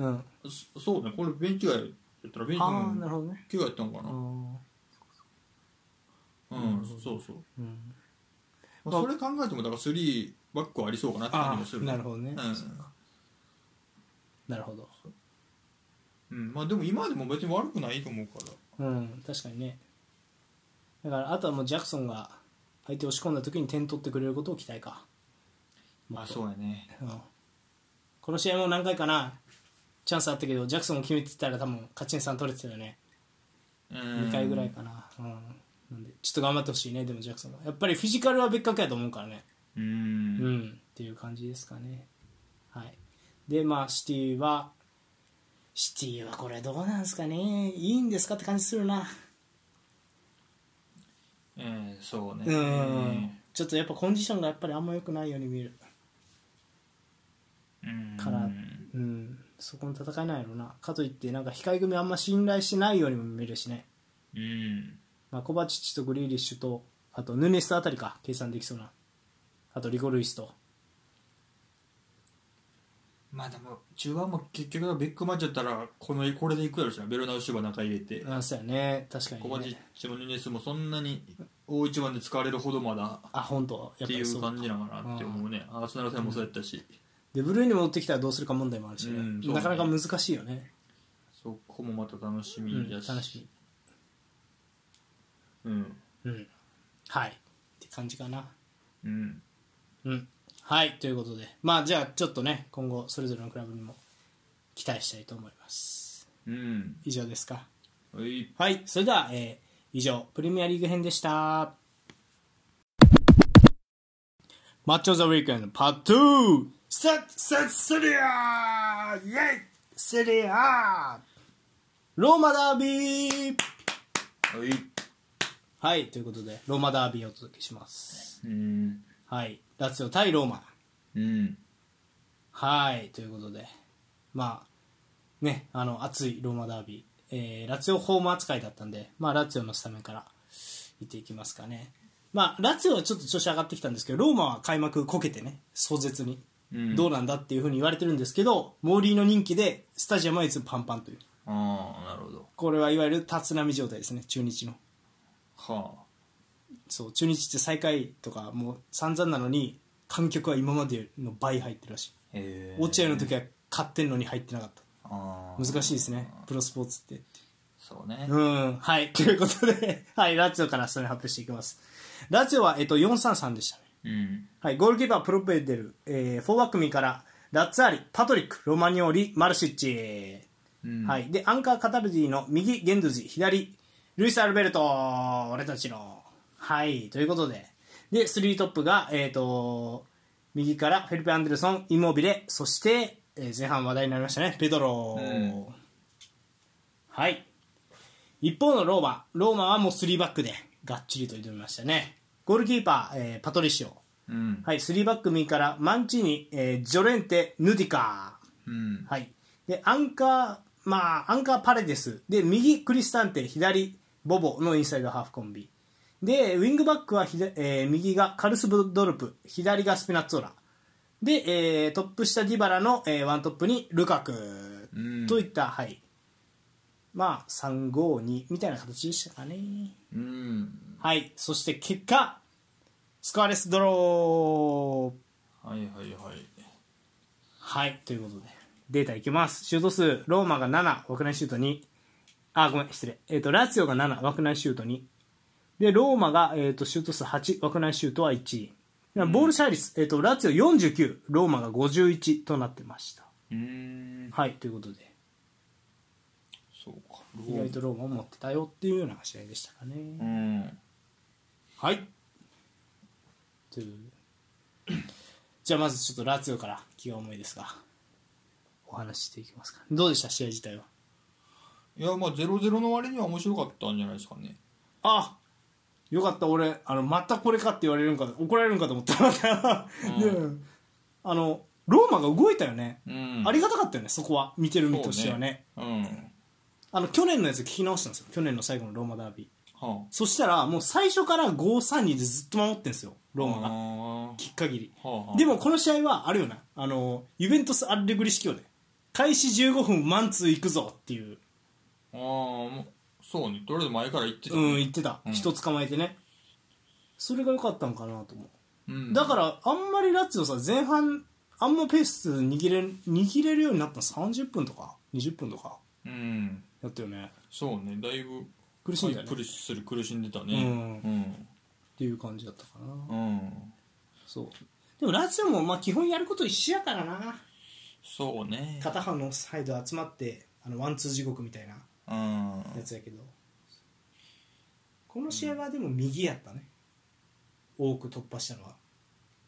[SPEAKER 2] そうねこれベンチ外やったらベンチ
[SPEAKER 1] ああ、
[SPEAKER 2] うん
[SPEAKER 1] なるほどね。
[SPEAKER 2] 怪我やったんか
[SPEAKER 1] あ
[SPEAKER 2] な
[SPEAKER 1] ー
[SPEAKER 2] うん、そうそう、
[SPEAKER 1] うん。
[SPEAKER 2] まあ、それ考えてもだから3バックはありそうかなって感じもする
[SPEAKER 1] なるほどね。
[SPEAKER 2] う
[SPEAKER 1] なるほど。
[SPEAKER 2] ん、うん、まあでも今でも別に悪くないと思うから
[SPEAKER 1] うん、確かにね。だから、あとはもうジャクソンが、相手を押し込んだ時に点取ってくれることを期待か。
[SPEAKER 2] まあそうやね
[SPEAKER 1] うんこの試合も何回かなチャンスあったけどジャクソンも決めてたら多分勝ち点3取れてたよね
[SPEAKER 2] 2
[SPEAKER 1] 2回ぐらいかな、うんなんでちょっと頑張ってほしいねでもジャクソンはやっぱりフィジカルは別格やと思うからね
[SPEAKER 2] う
[SPEAKER 1] うん、
[SPEAKER 2] ん
[SPEAKER 1] っていう感じですかねはいでまあシティはシティはこれどうなんですかねいいんですかって感じするな
[SPEAKER 2] えー、そう
[SPEAKER 1] う
[SPEAKER 2] ね
[SPEAKER 1] ん、ちょっとやっぱコンディションがやっぱりあんま良くないように見える
[SPEAKER 2] うん
[SPEAKER 1] からうんそこの戦いなんやろなかといってなんか控え組あんま信頼してないようにも見えるしね
[SPEAKER 2] うん
[SPEAKER 1] まあ、コバチッチとグリーリッシュとあとヌネスあたりか計算できそうなあとリゴルイスと
[SPEAKER 2] まあでも中盤も結局はビッグマッチだったらこのこれでいくやろしなベルナウシュバ中入れて
[SPEAKER 1] なんすよね確か
[SPEAKER 2] コ
[SPEAKER 1] に、
[SPEAKER 2] バチッ
[SPEAKER 1] ね、
[SPEAKER 2] チもヌネスもそんなに大一番で使われるほどまだ
[SPEAKER 1] あ本当やっ
[SPEAKER 2] っ
[SPEAKER 1] てぱ
[SPEAKER 2] い
[SPEAKER 1] りそうう
[SPEAKER 2] 感じなのかなって思うねアーセナル戦もそうやったし、
[SPEAKER 1] でブルーに戻ってきたらどうするか問題もあるしね、
[SPEAKER 2] うんそうね
[SPEAKER 1] なかなか難しいよね、
[SPEAKER 2] そこもまた楽し
[SPEAKER 1] う
[SPEAKER 2] み
[SPEAKER 1] ん、
[SPEAKER 2] だ
[SPEAKER 1] 楽
[SPEAKER 2] し、
[SPEAKER 1] し
[SPEAKER 2] うん
[SPEAKER 1] みうんはいって感じかな
[SPEAKER 2] うん
[SPEAKER 1] うんはいということでまあじゃあちょっとね今後それぞれのクラブにも期待したいと思います
[SPEAKER 2] うん
[SPEAKER 1] 以上ですか
[SPEAKER 2] はい
[SPEAKER 1] はいそれでは、えー以上プレミアリーグ編でしたマッチョ・ザ・ウィークエンドパート2セッセッセリアイェイセリアローマダービー
[SPEAKER 2] はい
[SPEAKER 1] はいということでローマダービーをお届けします
[SPEAKER 2] うん
[SPEAKER 1] はいラツィオ対ローマ
[SPEAKER 2] うん
[SPEAKER 1] はいということでまあねあの熱いローマダービー、えーラツィオホーム扱いだったんで、まあ、ラツィオのスタメンから見ていきますかねまあラツィオはちょっと調子上がってきたんですけどローマは開幕こけてね壮絶に、
[SPEAKER 2] うん
[SPEAKER 1] どうなんだっていうふうに言われてるんですけどモーリーの人気でスタジアムはいつもパンパンという
[SPEAKER 2] ああなるほど
[SPEAKER 1] これはいわゆる立浪状態ですね中日の
[SPEAKER 2] は
[SPEAKER 1] そう中日って最下位とかもう散々なのに観客は今までの倍入ってるらしい
[SPEAKER 2] あへえ
[SPEAKER 1] 落合の時は勝ってんのに入ってなかった
[SPEAKER 2] ああ
[SPEAKER 1] 難しいですねプロスポーツって
[SPEAKER 2] そうね
[SPEAKER 1] うんはいということではいラツィオからそれ発表していきますラツィオは、えっと、433でしたね
[SPEAKER 2] うん
[SPEAKER 1] はいゴールキーパープロペデル、えー、フォーバックミからラッツァーリパトリックロマニオーリマルシッチ、
[SPEAKER 2] うん
[SPEAKER 1] はいでアンカーカタルディの右ゲンドゥジ左ルイス・アルベルト俺たちのはいということでで3トップがえっ、と右からフェルペ・アンデルソンイモビレそして、えー前半話題になりましたねペドロ、
[SPEAKER 2] うん
[SPEAKER 1] はい一方のローマローマはもう3バックでがっちりと挑みましたねゴールキーパー、えーパトリシオ
[SPEAKER 2] うん
[SPEAKER 1] はい、3バック右からマンチーニ、えージョレンテ、ヌディカ
[SPEAKER 2] うん
[SPEAKER 1] はい、でアンカー、まあ、アンカーパレデスで右、クリスタンテ左、ボボのインサイドハーフコンビでウィングバックは左、えー右がカルス・ブドルプ左がスピナッツォラで、えートップ下ディバラの、えーワントップにルカク、
[SPEAKER 2] うん
[SPEAKER 1] といった、はいまあ、352みたいな形でしたかね。
[SPEAKER 2] うん
[SPEAKER 1] はい、そして結果スコアレスドロー
[SPEAKER 2] はいはいはい
[SPEAKER 1] はい、ということで、データいきます。シュート数、ローマが7、枠内シュート2。あ、ごめん、失礼。えっ、と、ラツィオが7、枠内シュート2。で、ローマが、えっ、と、シュート数8、枠内シュートは1。ボール支配率、えっ、と、ラツィオ49、ローマが51となってました。
[SPEAKER 2] うん
[SPEAKER 1] はい、ということで、
[SPEAKER 2] そうか
[SPEAKER 1] 意外とローマを持ってたよっていうような試合でしたかね。
[SPEAKER 2] うん
[SPEAKER 1] はい。という。じゃあ、まずちょっとラツィオから気が重いですが、お話ししていきますか。どうでした、試合自体は。
[SPEAKER 2] いやまあ0-0の割には面白かったんじゃないですかね
[SPEAKER 1] あよかった俺あのまたこれかって言われるんか怒られるんかと思ったであのローマが動いたよね、
[SPEAKER 2] うん
[SPEAKER 1] ありがたかったよねそこは見てる身としてはね
[SPEAKER 2] うんは
[SPEAKER 1] あの去年のやつ聞き直したんですよ去年の最後のローマダービー
[SPEAKER 2] あ
[SPEAKER 1] そしたらもう最初から532でずっと守ってんですよローマが
[SPEAKER 2] は
[SPEAKER 1] 聞く限り
[SPEAKER 2] あはあ
[SPEAKER 1] でもこの試合はあるよなあのユベントス・アレグリ式をね開始15分マンツー行くぞっていう
[SPEAKER 2] ああもうそうねとりあえず前から言ってた
[SPEAKER 1] うん言ってた
[SPEAKER 2] うん
[SPEAKER 1] 人捕まえてねそれが良かったのかなと思う
[SPEAKER 2] うん
[SPEAKER 1] だからあんまりラッツィオさ前半あんまペース握れ握れるようになったの30分とか20分とか
[SPEAKER 2] うん
[SPEAKER 1] だったよね
[SPEAKER 2] そうねだいぶ
[SPEAKER 1] 苦しんだよね
[SPEAKER 2] プ
[SPEAKER 1] っ
[SPEAKER 2] レスする苦しんでたね
[SPEAKER 1] ていう感じだったかな
[SPEAKER 2] うん、うん、
[SPEAKER 1] そうでもラッツィオもまあ基本やること一緒やからな
[SPEAKER 2] そうね
[SPEAKER 1] 片方のサイド集まってあのワンツー地獄みたいな
[SPEAKER 2] うん
[SPEAKER 1] やつやけどこの試合はでも右やったね、多く突破したのは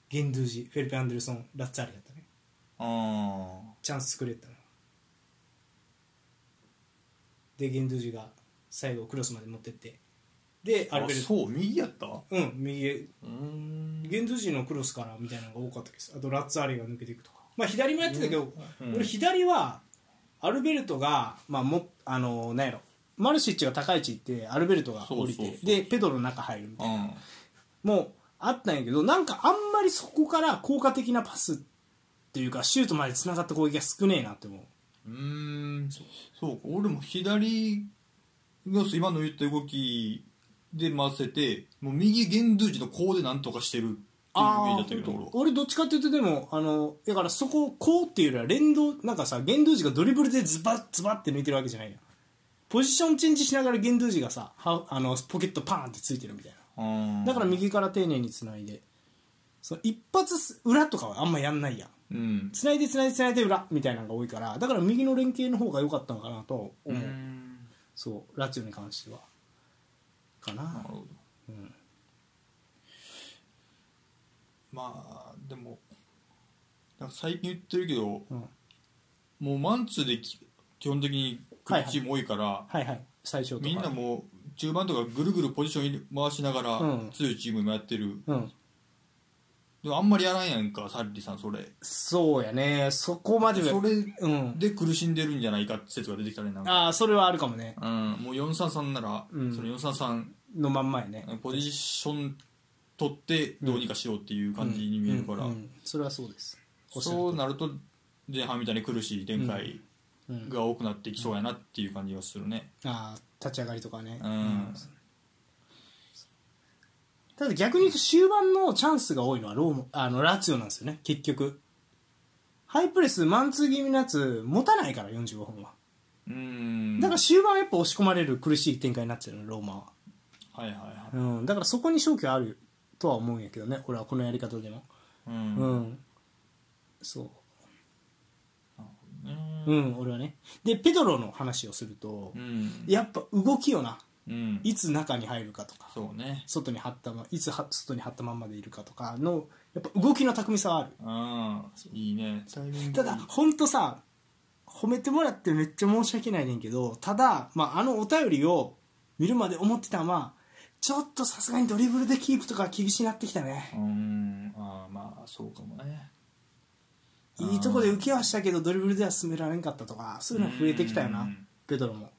[SPEAKER 1] ゲンドゥージフェルペ・アンデルソンラッツァーリやったね
[SPEAKER 2] あ
[SPEAKER 1] チャンス作れたのはでゲンドゥージが最後クロスまで持ってってで
[SPEAKER 2] あ
[SPEAKER 1] アルベルト
[SPEAKER 2] そう右やったう
[SPEAKER 1] うん右へ
[SPEAKER 2] ーん
[SPEAKER 1] ゲンドゥージのクロスからみたいなのが多かったですあとラッツァーリが抜けていくとかまあ左もやってたけど、
[SPEAKER 2] うん
[SPEAKER 1] 俺左はアルベルトが、まあ、もあのなんやろマルシッチが高い位置行ってアルベルトが降りて
[SPEAKER 2] そうそうそう
[SPEAKER 1] でペドロの中入るみた
[SPEAKER 2] う
[SPEAKER 1] いなんもうあったんやけどなんかあんまりそこから効果的なパスっていうかシュートまでつながった攻撃が少ねえなって思う
[SPEAKER 2] うーんそうか俺も左が今の言った動きで回せてもう右ゲンドゥージのこうでなんとかしてるっていうイメージだったけど俺
[SPEAKER 1] 本
[SPEAKER 2] は
[SPEAKER 1] 当俺どっちかっていうとでもあのだからそこをこうっていうよりは連動なんかさゲンドゥージがドリブルでズバッズバって抜いてるわけじゃないやんポジションチェンジしながらゲンドゥージがさはあのポケットパーンってついてるみたいな
[SPEAKER 2] あー
[SPEAKER 1] だから右から丁寧につないでその一発す裏とかはあんまやんないやん
[SPEAKER 2] うん
[SPEAKER 1] つないでつないでつないで裏みたいなのが多いからだから右の連携の方が良かったのかなと思う、
[SPEAKER 2] うん
[SPEAKER 1] そうラチオに関してはか
[SPEAKER 2] な
[SPEAKER 1] な
[SPEAKER 2] るほど、まあでもなんか最近言ってるけど、
[SPEAKER 1] うん
[SPEAKER 2] もうマンツーでき基本的に来るチーム多いから、
[SPEAKER 1] はいはい最初とか
[SPEAKER 2] みんなもう中盤とかぐるぐるポジション回しながら
[SPEAKER 1] うん
[SPEAKER 2] 強いチームもやってる、
[SPEAKER 1] うん
[SPEAKER 2] でもあんまりやらんやんかサッリさんそれ
[SPEAKER 1] そうやねそこまでは
[SPEAKER 2] それ
[SPEAKER 1] うん
[SPEAKER 2] で苦しんでるんじゃないかって説が出てきたねなんか、
[SPEAKER 1] ああそれはあるかもね
[SPEAKER 2] うん、もう433なら、
[SPEAKER 1] うん
[SPEAKER 2] その433
[SPEAKER 1] のまんまやね
[SPEAKER 2] ポジション取ってどうにかしようっていう感じに見えるから、
[SPEAKER 1] うんうんそれはそうですおっしゃる
[SPEAKER 2] そうなると前半みたいに苦しい展開
[SPEAKER 1] うん
[SPEAKER 2] が多くなってきそうやなっていう感じがするね
[SPEAKER 1] ああ立ち上がりとかね
[SPEAKER 2] うん、
[SPEAKER 1] ただ逆に言うと終盤のチャンスが多いのはローマあのラツィオなんですよね結局ハイプレスマンツー気味のやつ持たないから45分は
[SPEAKER 2] うん
[SPEAKER 1] だから終盤はやっぱ押し込まれる苦しい展開になっちゃうのローマは、
[SPEAKER 2] はいはいは
[SPEAKER 1] うん、だからそこに勝機はあるとは思うんやけどね俺はこのやり方でも
[SPEAKER 2] いうん
[SPEAKER 1] う
[SPEAKER 2] うん
[SPEAKER 1] んそううん、俺はね。で、ペドロの話をすると、
[SPEAKER 2] うん
[SPEAKER 1] やっぱ動きよな。
[SPEAKER 2] うん
[SPEAKER 1] いつ中に入るかとか、
[SPEAKER 2] そうね
[SPEAKER 1] 外に張ったま、いつは外に張ったまんまでいるかとかの、やっぱ動きの巧みさはある。
[SPEAKER 2] うんいいねタイミング
[SPEAKER 1] ただ、ほんとさ、褒めてもらってめっちゃ申し訳ないねんけど、ただ、まあ、あのお便りを見るまで思ってたまま、ちょっとさすがにドリブルでキープとか厳しいなってきたね。
[SPEAKER 2] うんあーまあそうかもね
[SPEAKER 1] いいとこで受けはしたけど、ドリブルでは進められんかったとか、そういうのは増えてきたよ
[SPEAKER 2] う、
[SPEAKER 1] なんペドロも。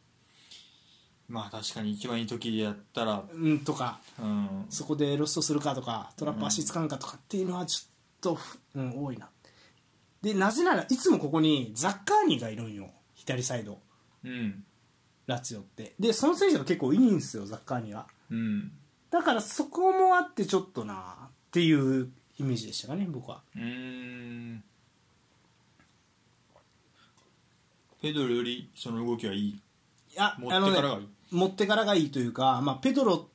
[SPEAKER 2] まあ確かに一番いい時でやったら
[SPEAKER 1] うん、とか。
[SPEAKER 2] うん
[SPEAKER 1] そこでロストするかとかトラップ足つかんかとかっていうのはちょっと、うん、多いなでなぜならいつもここにザッカーニがいるんよ左サイド
[SPEAKER 2] うん
[SPEAKER 1] ラツィオってでその選手が結構いいんですよザッカーニは
[SPEAKER 2] うん
[SPEAKER 1] だからそこもあってちょっとなっていうイメージでしたかね僕は
[SPEAKER 2] うんペドロよりその動きはいい
[SPEAKER 1] いや
[SPEAKER 2] 持ってからがいい
[SPEAKER 1] 持ってからがいいというか、まあ、ペドロ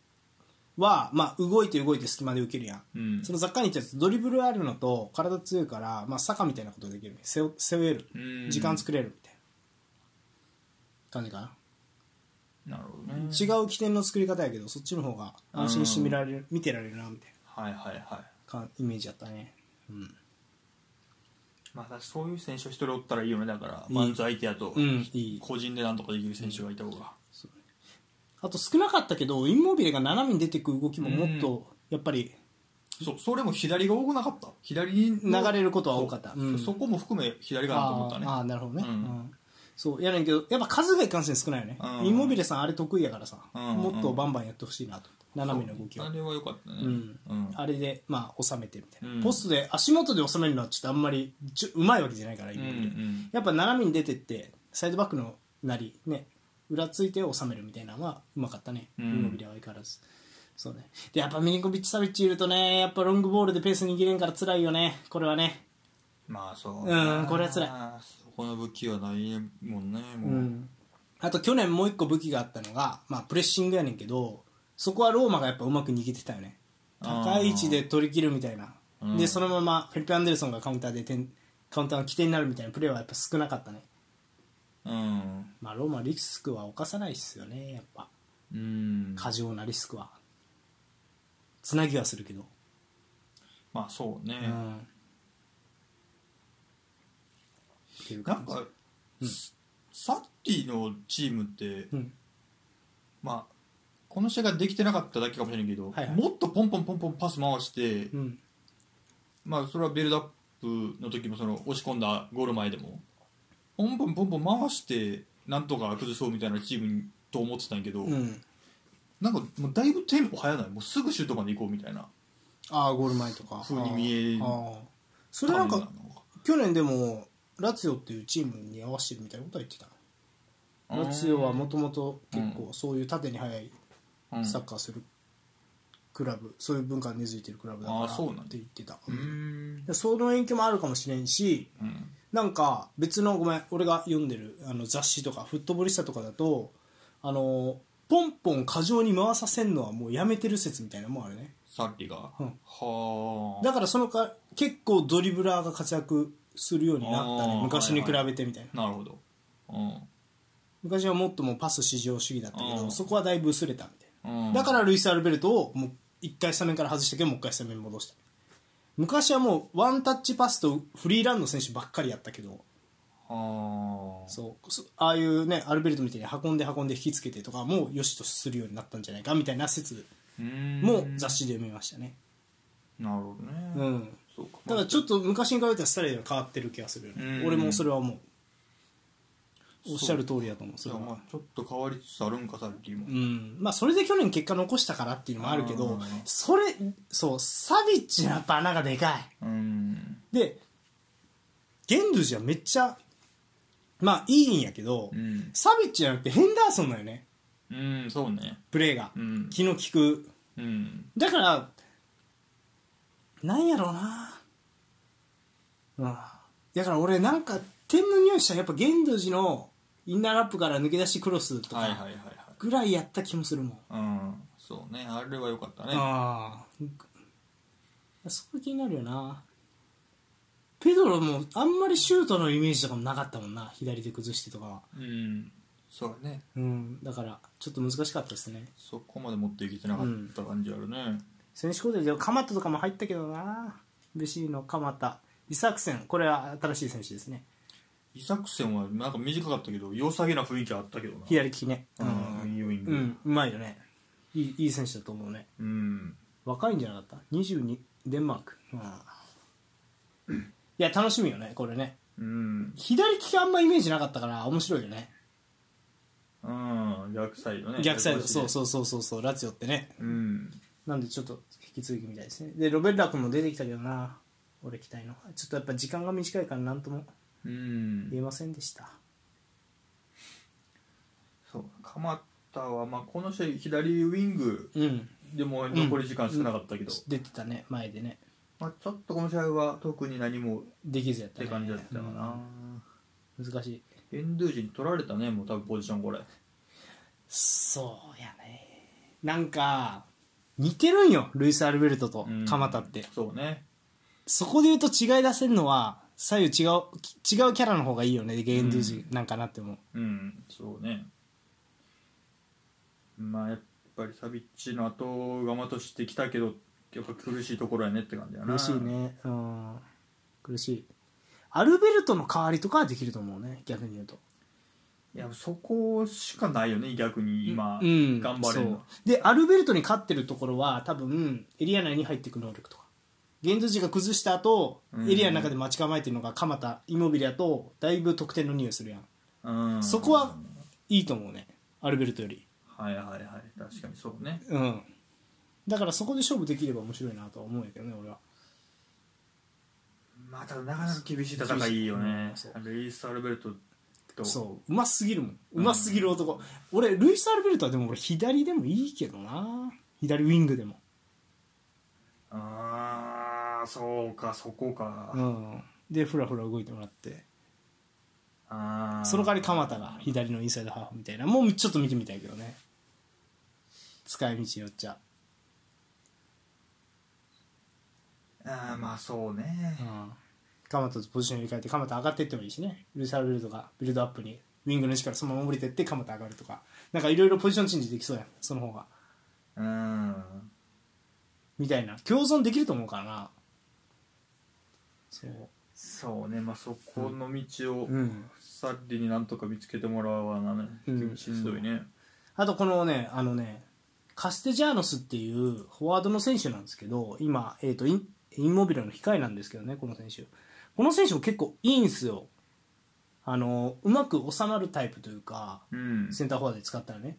[SPEAKER 1] は、まあ、動いて動いて隙間で受けるやん
[SPEAKER 2] うん
[SPEAKER 1] そのザッカーニってやつドリブルあるのと体強いから、まあ、サカみたいなことできる背負背負える
[SPEAKER 2] うん
[SPEAKER 1] 時間作れるみたいな感じかな、
[SPEAKER 2] なるほどね
[SPEAKER 1] 違う起点の作り方やけどそっちの方が安心して見られる、見てられるなみたい
[SPEAKER 2] はいはいは
[SPEAKER 1] なかイメージやったねうん
[SPEAKER 2] まあ、そういう選手が一人おったらいいよねだからマンツー相手やと、
[SPEAKER 1] うんいい
[SPEAKER 2] 個人でなんとかできる選手がいた方が、
[SPEAKER 1] あと少なかったけどインモビレが斜めに出てくる動きももっとやっぱり
[SPEAKER 2] そうそれも左が多くなかった左に
[SPEAKER 1] 流れることは多かった
[SPEAKER 2] そう
[SPEAKER 1] うん
[SPEAKER 2] そこも含め左かなと思ったね
[SPEAKER 1] あーあーなるほどね、
[SPEAKER 2] うん
[SPEAKER 1] うんそうやねんけどやっぱ数がいかんせん少ないよね、
[SPEAKER 2] うん
[SPEAKER 1] インモビレさんあれ得意やからさ、
[SPEAKER 2] うん
[SPEAKER 1] もっとバンバンやってほしいなと斜めの動きを
[SPEAKER 2] あれは良かったね
[SPEAKER 1] う
[SPEAKER 2] うんん、
[SPEAKER 1] あれでまあ収めてみたいな、
[SPEAKER 2] うん
[SPEAKER 1] ポストで足元で収めるのはちょっとあんまりちょうまいわけじゃないからインモビレ、
[SPEAKER 2] うん
[SPEAKER 1] やっぱ斜めに出てってサイドバックのなりね裏ついて収めるみたいなのはうまかったね、
[SPEAKER 2] うん
[SPEAKER 1] インモビレは相変わらずそうねでやっぱミリンコビッチ・サビッチいるとねやっぱロングボールでペース握れんから辛いよねこれはね
[SPEAKER 2] まあそう
[SPEAKER 1] うんこれは辛い
[SPEAKER 2] そこの武器はないもんねもう、
[SPEAKER 1] うん、あと去年もう一個武器があったのが、まあ、プレッシングやねんけどそこはローマがやっぱうまく逃げてたよね高い位置で取り切るみたいな、
[SPEAKER 2] うん
[SPEAKER 1] でそのままフェリペ・アンデルソンがカウンターで点カウンターの起点になるみたいなプレーはやっぱ少なかったね、
[SPEAKER 2] うん
[SPEAKER 1] まあ、ローマはリスクは犯さないっすよねやっぱ
[SPEAKER 2] うん
[SPEAKER 1] 過剰なリスクはつなぎはするけど、
[SPEAKER 2] まあそうね、
[SPEAKER 1] うんっていう
[SPEAKER 2] なん
[SPEAKER 1] 感じ
[SPEAKER 2] か、サッティのチームって、
[SPEAKER 1] うん
[SPEAKER 2] まあこの試合ができてなかっただけかもしれないけど、
[SPEAKER 1] はいはい
[SPEAKER 2] もっとポンポンポンポンパス回して、
[SPEAKER 1] うん
[SPEAKER 2] まあそれはビルドアップの時もその押し込んだゴール前でもポンポンポンポン回してなんとか崩そうみたいなチームにと思ってたんやけど、
[SPEAKER 1] うん
[SPEAKER 2] なんかもうだいぶテンポ早ないもうすぐシュートまで行こうみたいな
[SPEAKER 1] ああゴール前とか
[SPEAKER 2] 風に見える
[SPEAKER 1] あーあーそれなん
[SPEAKER 2] 感
[SPEAKER 1] か
[SPEAKER 2] じの
[SPEAKER 1] 去年でもラツィオっていうチームに合わせてるみたいなことは言ってた
[SPEAKER 2] あー
[SPEAKER 1] ラツィオはもともと結構そういう縦に速い
[SPEAKER 2] うん
[SPEAKER 1] サッカーするクラブ、そういう文化が根付いてるクラブだから
[SPEAKER 2] あーそうなんだ
[SPEAKER 1] って言ってた
[SPEAKER 2] うーん
[SPEAKER 1] でその影響もあるかもしれんし
[SPEAKER 2] うん
[SPEAKER 1] なんか別のごめん俺が読んでるあの雑誌とかフットボリスタとかだとあのポンポン過剰に回させんのはもうやめてる説みたいなのもんあるね
[SPEAKER 2] サッティが、
[SPEAKER 1] うん
[SPEAKER 2] はあ
[SPEAKER 1] だからそのか結構ドリブラーが活躍するようになった
[SPEAKER 2] あ
[SPEAKER 1] ね
[SPEAKER 2] ー
[SPEAKER 1] 昔に比
[SPEAKER 2] はい
[SPEAKER 1] べてみたいな、
[SPEAKER 2] なるほどうん
[SPEAKER 1] 昔はもっともうパス至上主義だったけ
[SPEAKER 2] う
[SPEAKER 1] ど
[SPEAKER 2] ん
[SPEAKER 1] そこはだいぶ薄れたみたいな、
[SPEAKER 2] うん
[SPEAKER 1] だからルイス・アルベルトをもう一回スタメンから外したけどもう一回スタメンに戻した昔はもうワンタッチパスとフリーランの選手ばっかりやったけど
[SPEAKER 2] はあ
[SPEAKER 1] そうそああいうねアルベルトみたいに運んで運んで引きつけてとかもうよしとするようになったんじゃないかみたいな説
[SPEAKER 2] うーん
[SPEAKER 1] も雑誌で読みましたね
[SPEAKER 2] なるほどね
[SPEAKER 1] うん、
[SPEAKER 2] そうか
[SPEAKER 1] ただちょっと昔に比べたらスタイルが変わってる気がするよね、
[SPEAKER 2] うん
[SPEAKER 1] 俺もそれはもうおっしゃる通りだと思うそ
[SPEAKER 2] い
[SPEAKER 1] れ
[SPEAKER 2] や
[SPEAKER 1] は、
[SPEAKER 2] まあちょっと変わりつつあるんかサッティも
[SPEAKER 1] うんまあ、それで去年結果残したからっていうのもあるけ
[SPEAKER 2] う
[SPEAKER 1] ど
[SPEAKER 2] ん
[SPEAKER 1] それそうサビッチのやっぱ穴がでか
[SPEAKER 2] うん
[SPEAKER 1] いでゲンドゥジはめっちゃまあいいんやけど、
[SPEAKER 2] うん
[SPEAKER 1] サビッチじゃなくてヘンダーソンだよね
[SPEAKER 2] うんそうね
[SPEAKER 1] プレーが、
[SPEAKER 2] うん
[SPEAKER 1] 気の利く
[SPEAKER 2] うん
[SPEAKER 1] だからなんやろうなうんだから俺なんか点の匂いしたらやっぱゲンドゥジのインナーラップから抜け出しクロスと
[SPEAKER 2] はいはい
[SPEAKER 1] か
[SPEAKER 2] はいはい
[SPEAKER 1] ぐらいやった気もするもん、
[SPEAKER 2] うんそうねあれは良かったね
[SPEAKER 1] ああそこ気になるよなペドロもあんまりシュートのイメージとかもなかったもんな左手崩してとかは
[SPEAKER 2] うんそうね
[SPEAKER 1] うんだからちょっと難しかったですね
[SPEAKER 2] そこまで持っていけてなかった感じあるね
[SPEAKER 1] 選手交代で鎌田とかも入ったけどな嬉しいの鎌田イサクセンこれは新しい選手ですね
[SPEAKER 2] イサクセンはなんか短かったけど良さげな雰囲気あったけどな
[SPEAKER 1] 左利きね
[SPEAKER 2] うんいいウイン
[SPEAKER 1] う
[SPEAKER 2] グ
[SPEAKER 1] んうまいよねいいいい選手だと思うね
[SPEAKER 2] うん
[SPEAKER 1] 若いんじゃなかった22デンマーク、うん、いや楽しみよねこれね
[SPEAKER 2] うん
[SPEAKER 1] 左利きあんまイメージなかったから面白いよね
[SPEAKER 2] うん逆サイドね
[SPEAKER 1] 逆サイドそうそうそうそうそうラツィオってね
[SPEAKER 2] ううん
[SPEAKER 1] なんでちょっと引き続きみたいですねでロベルラ君も出てきたけどな俺期待のちょっとやっぱ時間が短いから何とも
[SPEAKER 2] うん
[SPEAKER 1] 言えませんでした
[SPEAKER 2] そう鎌田は、まあ、この試合左ウイング
[SPEAKER 1] うん
[SPEAKER 2] でも残り時間少なかったけど、
[SPEAKER 1] 出てたね前でね
[SPEAKER 2] まあ、ちょっとこの試合は特に何も
[SPEAKER 1] できずやっ
[SPEAKER 2] ったて
[SPEAKER 1] ね
[SPEAKER 2] 感じだったかな、
[SPEAKER 1] うん難しい
[SPEAKER 2] エンドゥージに取られたねもう多分ポジションこれ
[SPEAKER 1] そうやねなんか似てるんよルイス・アルベルトと
[SPEAKER 2] うん
[SPEAKER 1] 鎌田って、
[SPEAKER 2] そうね
[SPEAKER 1] そこで言うと違い出せるのは左右違う違うキャラの方がいいよねゲーンドゥージなんかなって思う
[SPEAKER 2] うんそうねまあやっぱりサビッチの後釜としてきたけどやっぱ苦しいところやねって感じだな
[SPEAKER 1] 苦しいねうん苦しいアルベルトの代わりとかはできると思うね逆に言うと
[SPEAKER 2] いやそこしかないよね逆に今、
[SPEAKER 1] うん
[SPEAKER 2] 頑張れるのは
[SPEAKER 1] そうでアルベルトに勝ってるところは多分エリア内に入っていく能力とか現図が崩した後、
[SPEAKER 2] うん
[SPEAKER 1] エリアの中で待ち構えてるのが鎌田イモビリアとだいぶ得点の匂いするやん
[SPEAKER 2] うん
[SPEAKER 1] そこはいいと思うねアルベルトより
[SPEAKER 2] はいはいはい確かにそうね
[SPEAKER 1] うんだからそこで勝負できれば面白いなとは思うんやけどね俺は
[SPEAKER 2] まあただなかなか厳しい戦いよね
[SPEAKER 1] 厳しい
[SPEAKER 2] ルイス・アルベルトと
[SPEAKER 1] そううますぎるもんうますぎる男、俺ルイス・アルベルトはでも俺左でもいいけどな左ウィングでも
[SPEAKER 2] ああそうかそこか、
[SPEAKER 1] うんでフラフラ動いてもらって
[SPEAKER 2] あー
[SPEAKER 1] その代わり鎌田が左のインサイドハーフみたいなもうちょっと見てみたいけどね使い道よっちゃ、
[SPEAKER 2] ああまあそうね
[SPEAKER 1] うん、鎌田とポジション入れ替えて鎌田上がっていってもいいしねルイス・アルベルトがビルドアップにウィングの位置からそのまま降りてって鎌田上がるとかなんかいろいろポジションチェンジできそうやんその方が
[SPEAKER 2] うん
[SPEAKER 1] みたいな共存できると思うからなそう
[SPEAKER 2] そうねまあそこの道を
[SPEAKER 1] うん
[SPEAKER 2] サッリになんとか見つけてもらわなね、
[SPEAKER 1] うん
[SPEAKER 2] しんどいね、
[SPEAKER 1] あとこのね、あのね、カステジャーノスっていうフォワードの選手なんですけど、今、えー、とインインモビルの控えなんですけどね、この選手。この選手も結構いいんすよ。あの、うまく収まるタイプというか、
[SPEAKER 2] うん
[SPEAKER 1] センターフォワードで使ったらね。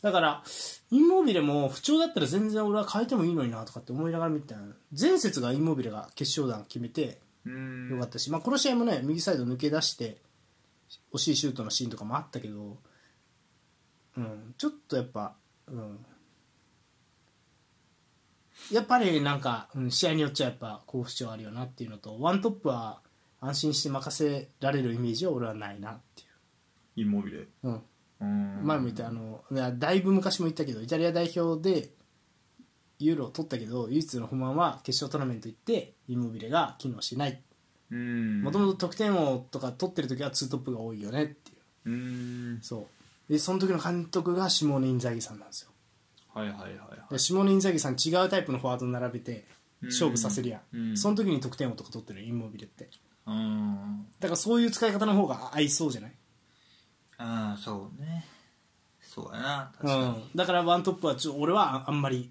[SPEAKER 1] だから、インモビレも不調だったら全然俺は変えてもいいのになとかって思いながら見てたの前節がインモビレが決勝弾決めて
[SPEAKER 2] うん
[SPEAKER 1] よかったし、まあ、この試合もね、右サイド抜け出して、惜しいシュートのシーンとかもあったけど、うん、ちょっとやっぱ、うん、やっぱりなんか、うん、試合によっちゃやっぱ、好不調あるよなっていうのと、ワントップは安心して任せられるイメージは俺はないなってい
[SPEAKER 2] インモビレ
[SPEAKER 1] う。うん
[SPEAKER 2] うん
[SPEAKER 1] 前も言ったあのいやだいぶ昔も言ったけどイタリア代表でユーロを取ったけど唯一の不満は決勝トーナメント行ってインモビレが機能しない
[SPEAKER 2] うん
[SPEAKER 1] もともと得点王とか取ってる時は2トップが多いよねっていう
[SPEAKER 2] うん
[SPEAKER 1] そうでその時の監督がシモーネ・インザギさんなんですよ
[SPEAKER 2] はいはいはいはい
[SPEAKER 1] でシモーネ・インザギさん違うタイプのフォワード並べて勝負させるやん、
[SPEAKER 2] うんうん
[SPEAKER 1] その時に得点王とか取ってるインモビレって
[SPEAKER 2] うん
[SPEAKER 1] だからそういう使い方の方が合いそうじゃない
[SPEAKER 2] ああそうねそうやな確
[SPEAKER 1] う
[SPEAKER 2] かに、
[SPEAKER 1] ん、だからワントップはちょ俺はああんまり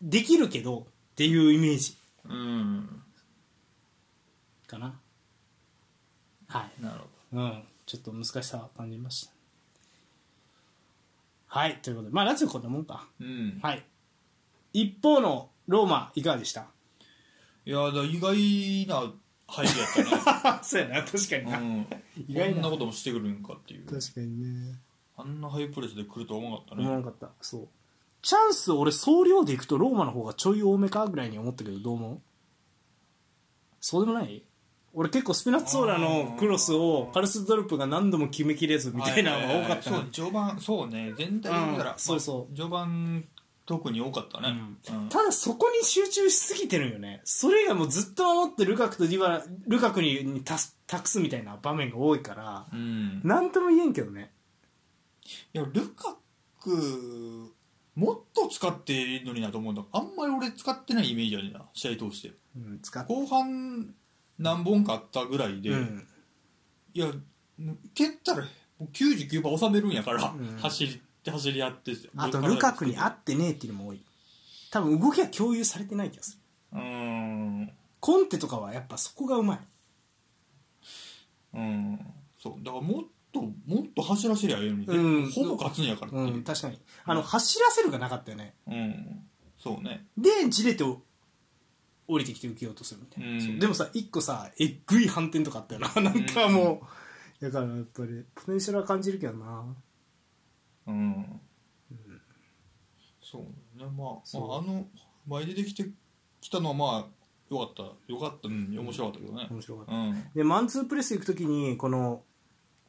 [SPEAKER 1] できるけどっていうイメージ
[SPEAKER 2] うん、
[SPEAKER 1] かなはい、
[SPEAKER 2] なるほ
[SPEAKER 1] うん、ちょっと難しさは感じましたはいということでまあラツィオこんなもんか
[SPEAKER 2] ど、うん、
[SPEAKER 1] はい一方のローマいかがでした
[SPEAKER 2] いやだから意外な配慮やっ
[SPEAKER 1] *laughs*
[SPEAKER 2] た
[SPEAKER 1] そうやな確かに *laughs*
[SPEAKER 2] な、うん、
[SPEAKER 1] 意外な
[SPEAKER 2] こんなこともしてくるんかっていう
[SPEAKER 1] 確かにね
[SPEAKER 2] あんなハイプレスで来るとは思わなかった
[SPEAKER 1] 思わ
[SPEAKER 2] ね
[SPEAKER 1] なかったそうチャンス俺総量でいくとローマの方がちょい多めかぐらいに思ったけどどう思うそうでもない俺結構スピナッツオーラのクロスをカルスドルプが何度も決めきれずみたいなのが多かったな
[SPEAKER 2] はいはいはいそう序盤そうね全体で見たら、
[SPEAKER 1] うんそうそう
[SPEAKER 2] まあ序盤特に多かったね、
[SPEAKER 1] う
[SPEAKER 2] うん
[SPEAKER 1] ただそこに集中しすぎてるんよねそれがもうずっと守ってルカクとディバラルカクにに託す託すみたいな場面が多いから
[SPEAKER 2] うん
[SPEAKER 1] 何とも言えんけどね
[SPEAKER 2] いやルカクもっと使っていいのになと思うんだあんまり俺使ってないイメージあるな試合通して
[SPEAKER 1] うん使って
[SPEAKER 2] 後半何本かあったぐらいで、
[SPEAKER 1] うん
[SPEAKER 2] いやもう蹴ったらもう99%収めるんやから、
[SPEAKER 1] ん
[SPEAKER 2] 走りって走り合って
[SPEAKER 1] あとルカクに合
[SPEAKER 2] あ
[SPEAKER 1] ってねえっていうのも多い多分動きは共有されてない気がする
[SPEAKER 2] うん
[SPEAKER 1] コンテとかはやっぱそこがうまい
[SPEAKER 2] うんそうだからもっともっと走らせりゃええのに、
[SPEAKER 1] うん
[SPEAKER 2] ほぼ勝つんやからって
[SPEAKER 1] う
[SPEAKER 2] い
[SPEAKER 1] ん
[SPEAKER 2] う、
[SPEAKER 1] 確かにあの走らせるがなかったよね
[SPEAKER 2] うん、そうね
[SPEAKER 1] でじれてお降りてきて受けようとするみたいな、
[SPEAKER 2] うん
[SPEAKER 1] そうでもさ一個さえっぐい反転とかあったよななんかもう、だからやっぱりポテンシャルは感じるけどな
[SPEAKER 2] うん、そうねまあ、ま
[SPEAKER 1] そう
[SPEAKER 2] あ、あの前出てきてきたのはまあよかったよかったうん面白かったけどね
[SPEAKER 1] 面白かった、
[SPEAKER 2] うん
[SPEAKER 1] でマンツープレス行く時にこの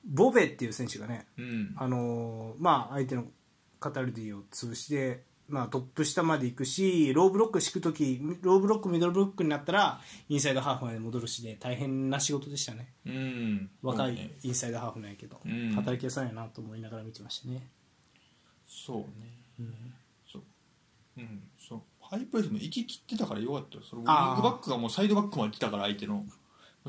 [SPEAKER 1] ボベっていう選手がね
[SPEAKER 2] うん
[SPEAKER 1] あのーまあ相手のカタルディを潰して、まあ、トップ下まで行くしローブロック敷く時ローブロックミドルブロックになったらインサイドハーフまで戻るしで大変な仕事でしたね
[SPEAKER 2] うん
[SPEAKER 1] 若
[SPEAKER 2] そうね
[SPEAKER 1] いインサイドハーフなんやけど、
[SPEAKER 2] うん
[SPEAKER 1] 働き屋さんやなと思いながら見てましたね、
[SPEAKER 2] そうねそううんそうハイプレスも行き切ってたからよかったよそのウィン
[SPEAKER 1] あー
[SPEAKER 2] グバックがもうサイドバックまで来たから相手の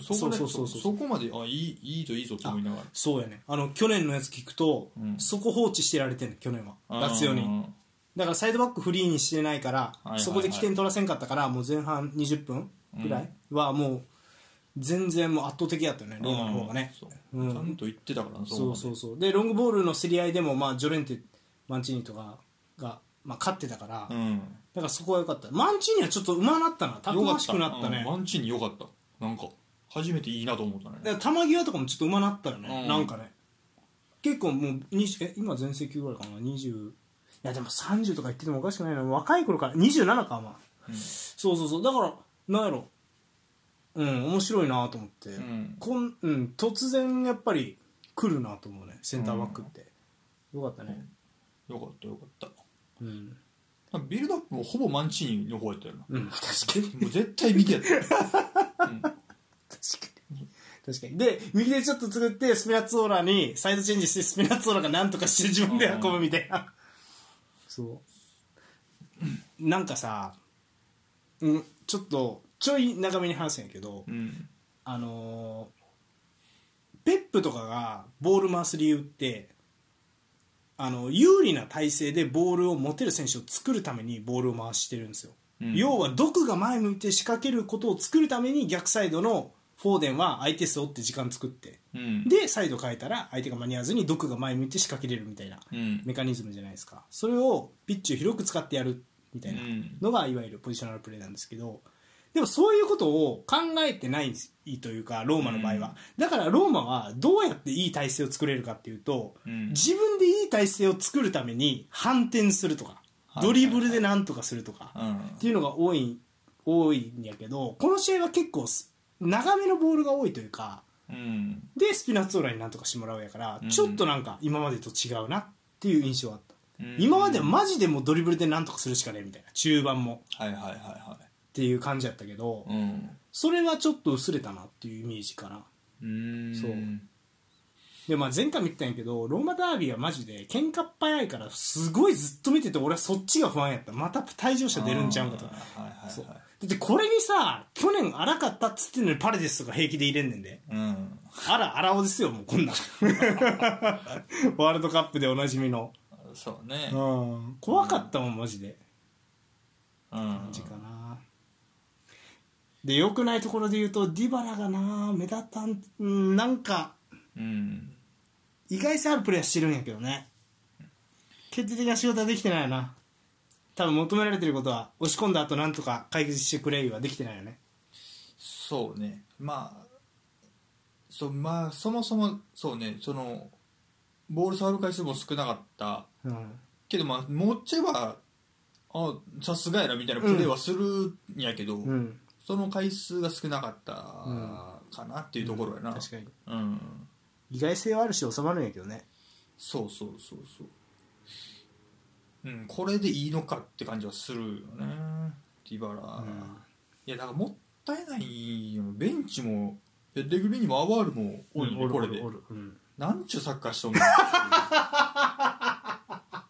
[SPEAKER 2] そこで
[SPEAKER 1] そうそうそうそう
[SPEAKER 2] そこまであいいいいぞいいぞと思いながら
[SPEAKER 1] そうやねあの去年のやつ聞くと、
[SPEAKER 2] うん
[SPEAKER 1] そこ放置してられてんの去年は
[SPEAKER 2] あー
[SPEAKER 1] ラツィオにだからサイドバックフリーにしてないから、
[SPEAKER 2] いはいはい
[SPEAKER 1] そこで起点取らせんかったからもう前半20分ぐらいはもう全然もう圧倒的だったよねローマの方がね
[SPEAKER 2] そう
[SPEAKER 1] うん
[SPEAKER 2] ちゃんと言ってたからなこ
[SPEAKER 1] そ
[SPEAKER 2] ま
[SPEAKER 1] う
[SPEAKER 2] で
[SPEAKER 1] そうそうでロングボールの競り合いでも、まあ、ジョレンテマンチーニとかが、まあ、勝ってたから、だ
[SPEAKER 2] うん
[SPEAKER 1] からそこは良かったマンチーニはちょっとうまなったなたくましくなったね
[SPEAKER 2] よかうんワンチーに良かったなんか初めていいなと思ったね
[SPEAKER 1] だから球際とかもちょっとうまなったよね、
[SPEAKER 2] うん
[SPEAKER 1] なんかね結構もう20え今全盛期ぐらいかな20いやでも30とか言っててもおかしくないな若い頃から27かまあ、
[SPEAKER 2] うん
[SPEAKER 1] そうそうそうだからなんやろうん面白いなと思って、
[SPEAKER 2] うん
[SPEAKER 1] こんうん、突然やっぱり来るなと思うねセンターバックって、よかったね
[SPEAKER 2] よかったよかった
[SPEAKER 1] うん、
[SPEAKER 2] ビルドアップもほぼマンチーニの方やったよな
[SPEAKER 1] うん、確かに
[SPEAKER 2] もう絶対右やったようん
[SPEAKER 1] 確かに確かにで右でちょっと作ってスピナッツオーラにサイドチェンジしてスピナッツオーラがなんとかして自分で運ぶみたいなそうなんかさ、うん、ちょっとちょい長めに話すんやけど、
[SPEAKER 2] うん
[SPEAKER 1] あのーペップとかがボール回す理由ってあの有利な体勢でボールを持てる選手を作るためにボールを回してるんですよ、
[SPEAKER 2] うん
[SPEAKER 1] 要は毒が前向いて仕掛けることを作るために逆サイドのフォーデンは相手背負って時間作って
[SPEAKER 2] うん
[SPEAKER 1] でサイド変えたら相手が間に合わずに毒が前向いて仕掛けれるみたいな
[SPEAKER 2] うん
[SPEAKER 1] メカニズムじゃないですかそれをピッチを広く使ってやるみたいな
[SPEAKER 2] うん
[SPEAKER 1] のがいわゆるポジショナルプレーなんですけどでもそういうことを考えてないというかローマの場合は、だからローマはどうやっていい体勢を作れるかっていうと、
[SPEAKER 2] うん
[SPEAKER 1] 自分でいい体勢を作るために反転するとか
[SPEAKER 2] はい
[SPEAKER 1] ドリブルでなんとかするとか、っていうのが多い多いんやけどこの試合は結構す長めのボールが多いというか
[SPEAKER 2] うん
[SPEAKER 1] でスピナッツオーラになんとかしてもらうやから、
[SPEAKER 2] うん
[SPEAKER 1] ちょっとなんか今までと違うなっていう印象はあった、
[SPEAKER 2] うん
[SPEAKER 1] 今まではマジでもうドリブルでなんとかするしかねえみたいな中盤も
[SPEAKER 2] はいはいはいは
[SPEAKER 1] っていう感じやったけど、
[SPEAKER 2] いうん
[SPEAKER 1] それはちょっと薄れたなっていうイメージかな
[SPEAKER 2] うん
[SPEAKER 1] そうでまあ前回も言ったんやけどローマダービーはマジで喧嘩っ早いからすごいずっと見てて俺はそっちが不安やったまた退場者出るんちゃうんかと
[SPEAKER 2] あーはいはい
[SPEAKER 1] そう
[SPEAKER 2] は
[SPEAKER 1] だ
[SPEAKER 2] い
[SPEAKER 1] ってこれにさ去年荒かったっつってんのにパレデスとか平気で入れんねんで
[SPEAKER 2] うん
[SPEAKER 1] あら荒尾ですよもうこんなんワールドカップでおなじみの
[SPEAKER 2] そうね
[SPEAKER 1] うん怖かったもんマジで
[SPEAKER 2] うん
[SPEAKER 1] 時かなで良くないところで言うとディバラがな目立ったんうんなんか
[SPEAKER 2] うん
[SPEAKER 1] 意外性あるプレーはしてるんやけどね決定的な仕事はできてないよな多分求められてることは押し込んだ後なんとか解決してくれはできてないよね
[SPEAKER 2] そうねまあそうまあそもそもそうねそのボール触る回数も少なかった
[SPEAKER 1] うん
[SPEAKER 2] けどまあ持ちはあさすがやなみたいなプレーはするんやけど、
[SPEAKER 1] うん
[SPEAKER 2] その回数が少なかったかなっていうところやな、
[SPEAKER 1] 確かに
[SPEAKER 2] うん
[SPEAKER 1] 意外性はあるし収まるんやけどね
[SPEAKER 2] そうそうそうそううんこれでいいのかって感じはするよねディバラ、
[SPEAKER 1] ん
[SPEAKER 2] いやだからもったいないよベンチもペッレグリにもアワールもおるよね、これで
[SPEAKER 1] おるうん
[SPEAKER 2] なんちゅうサッカーしとんねん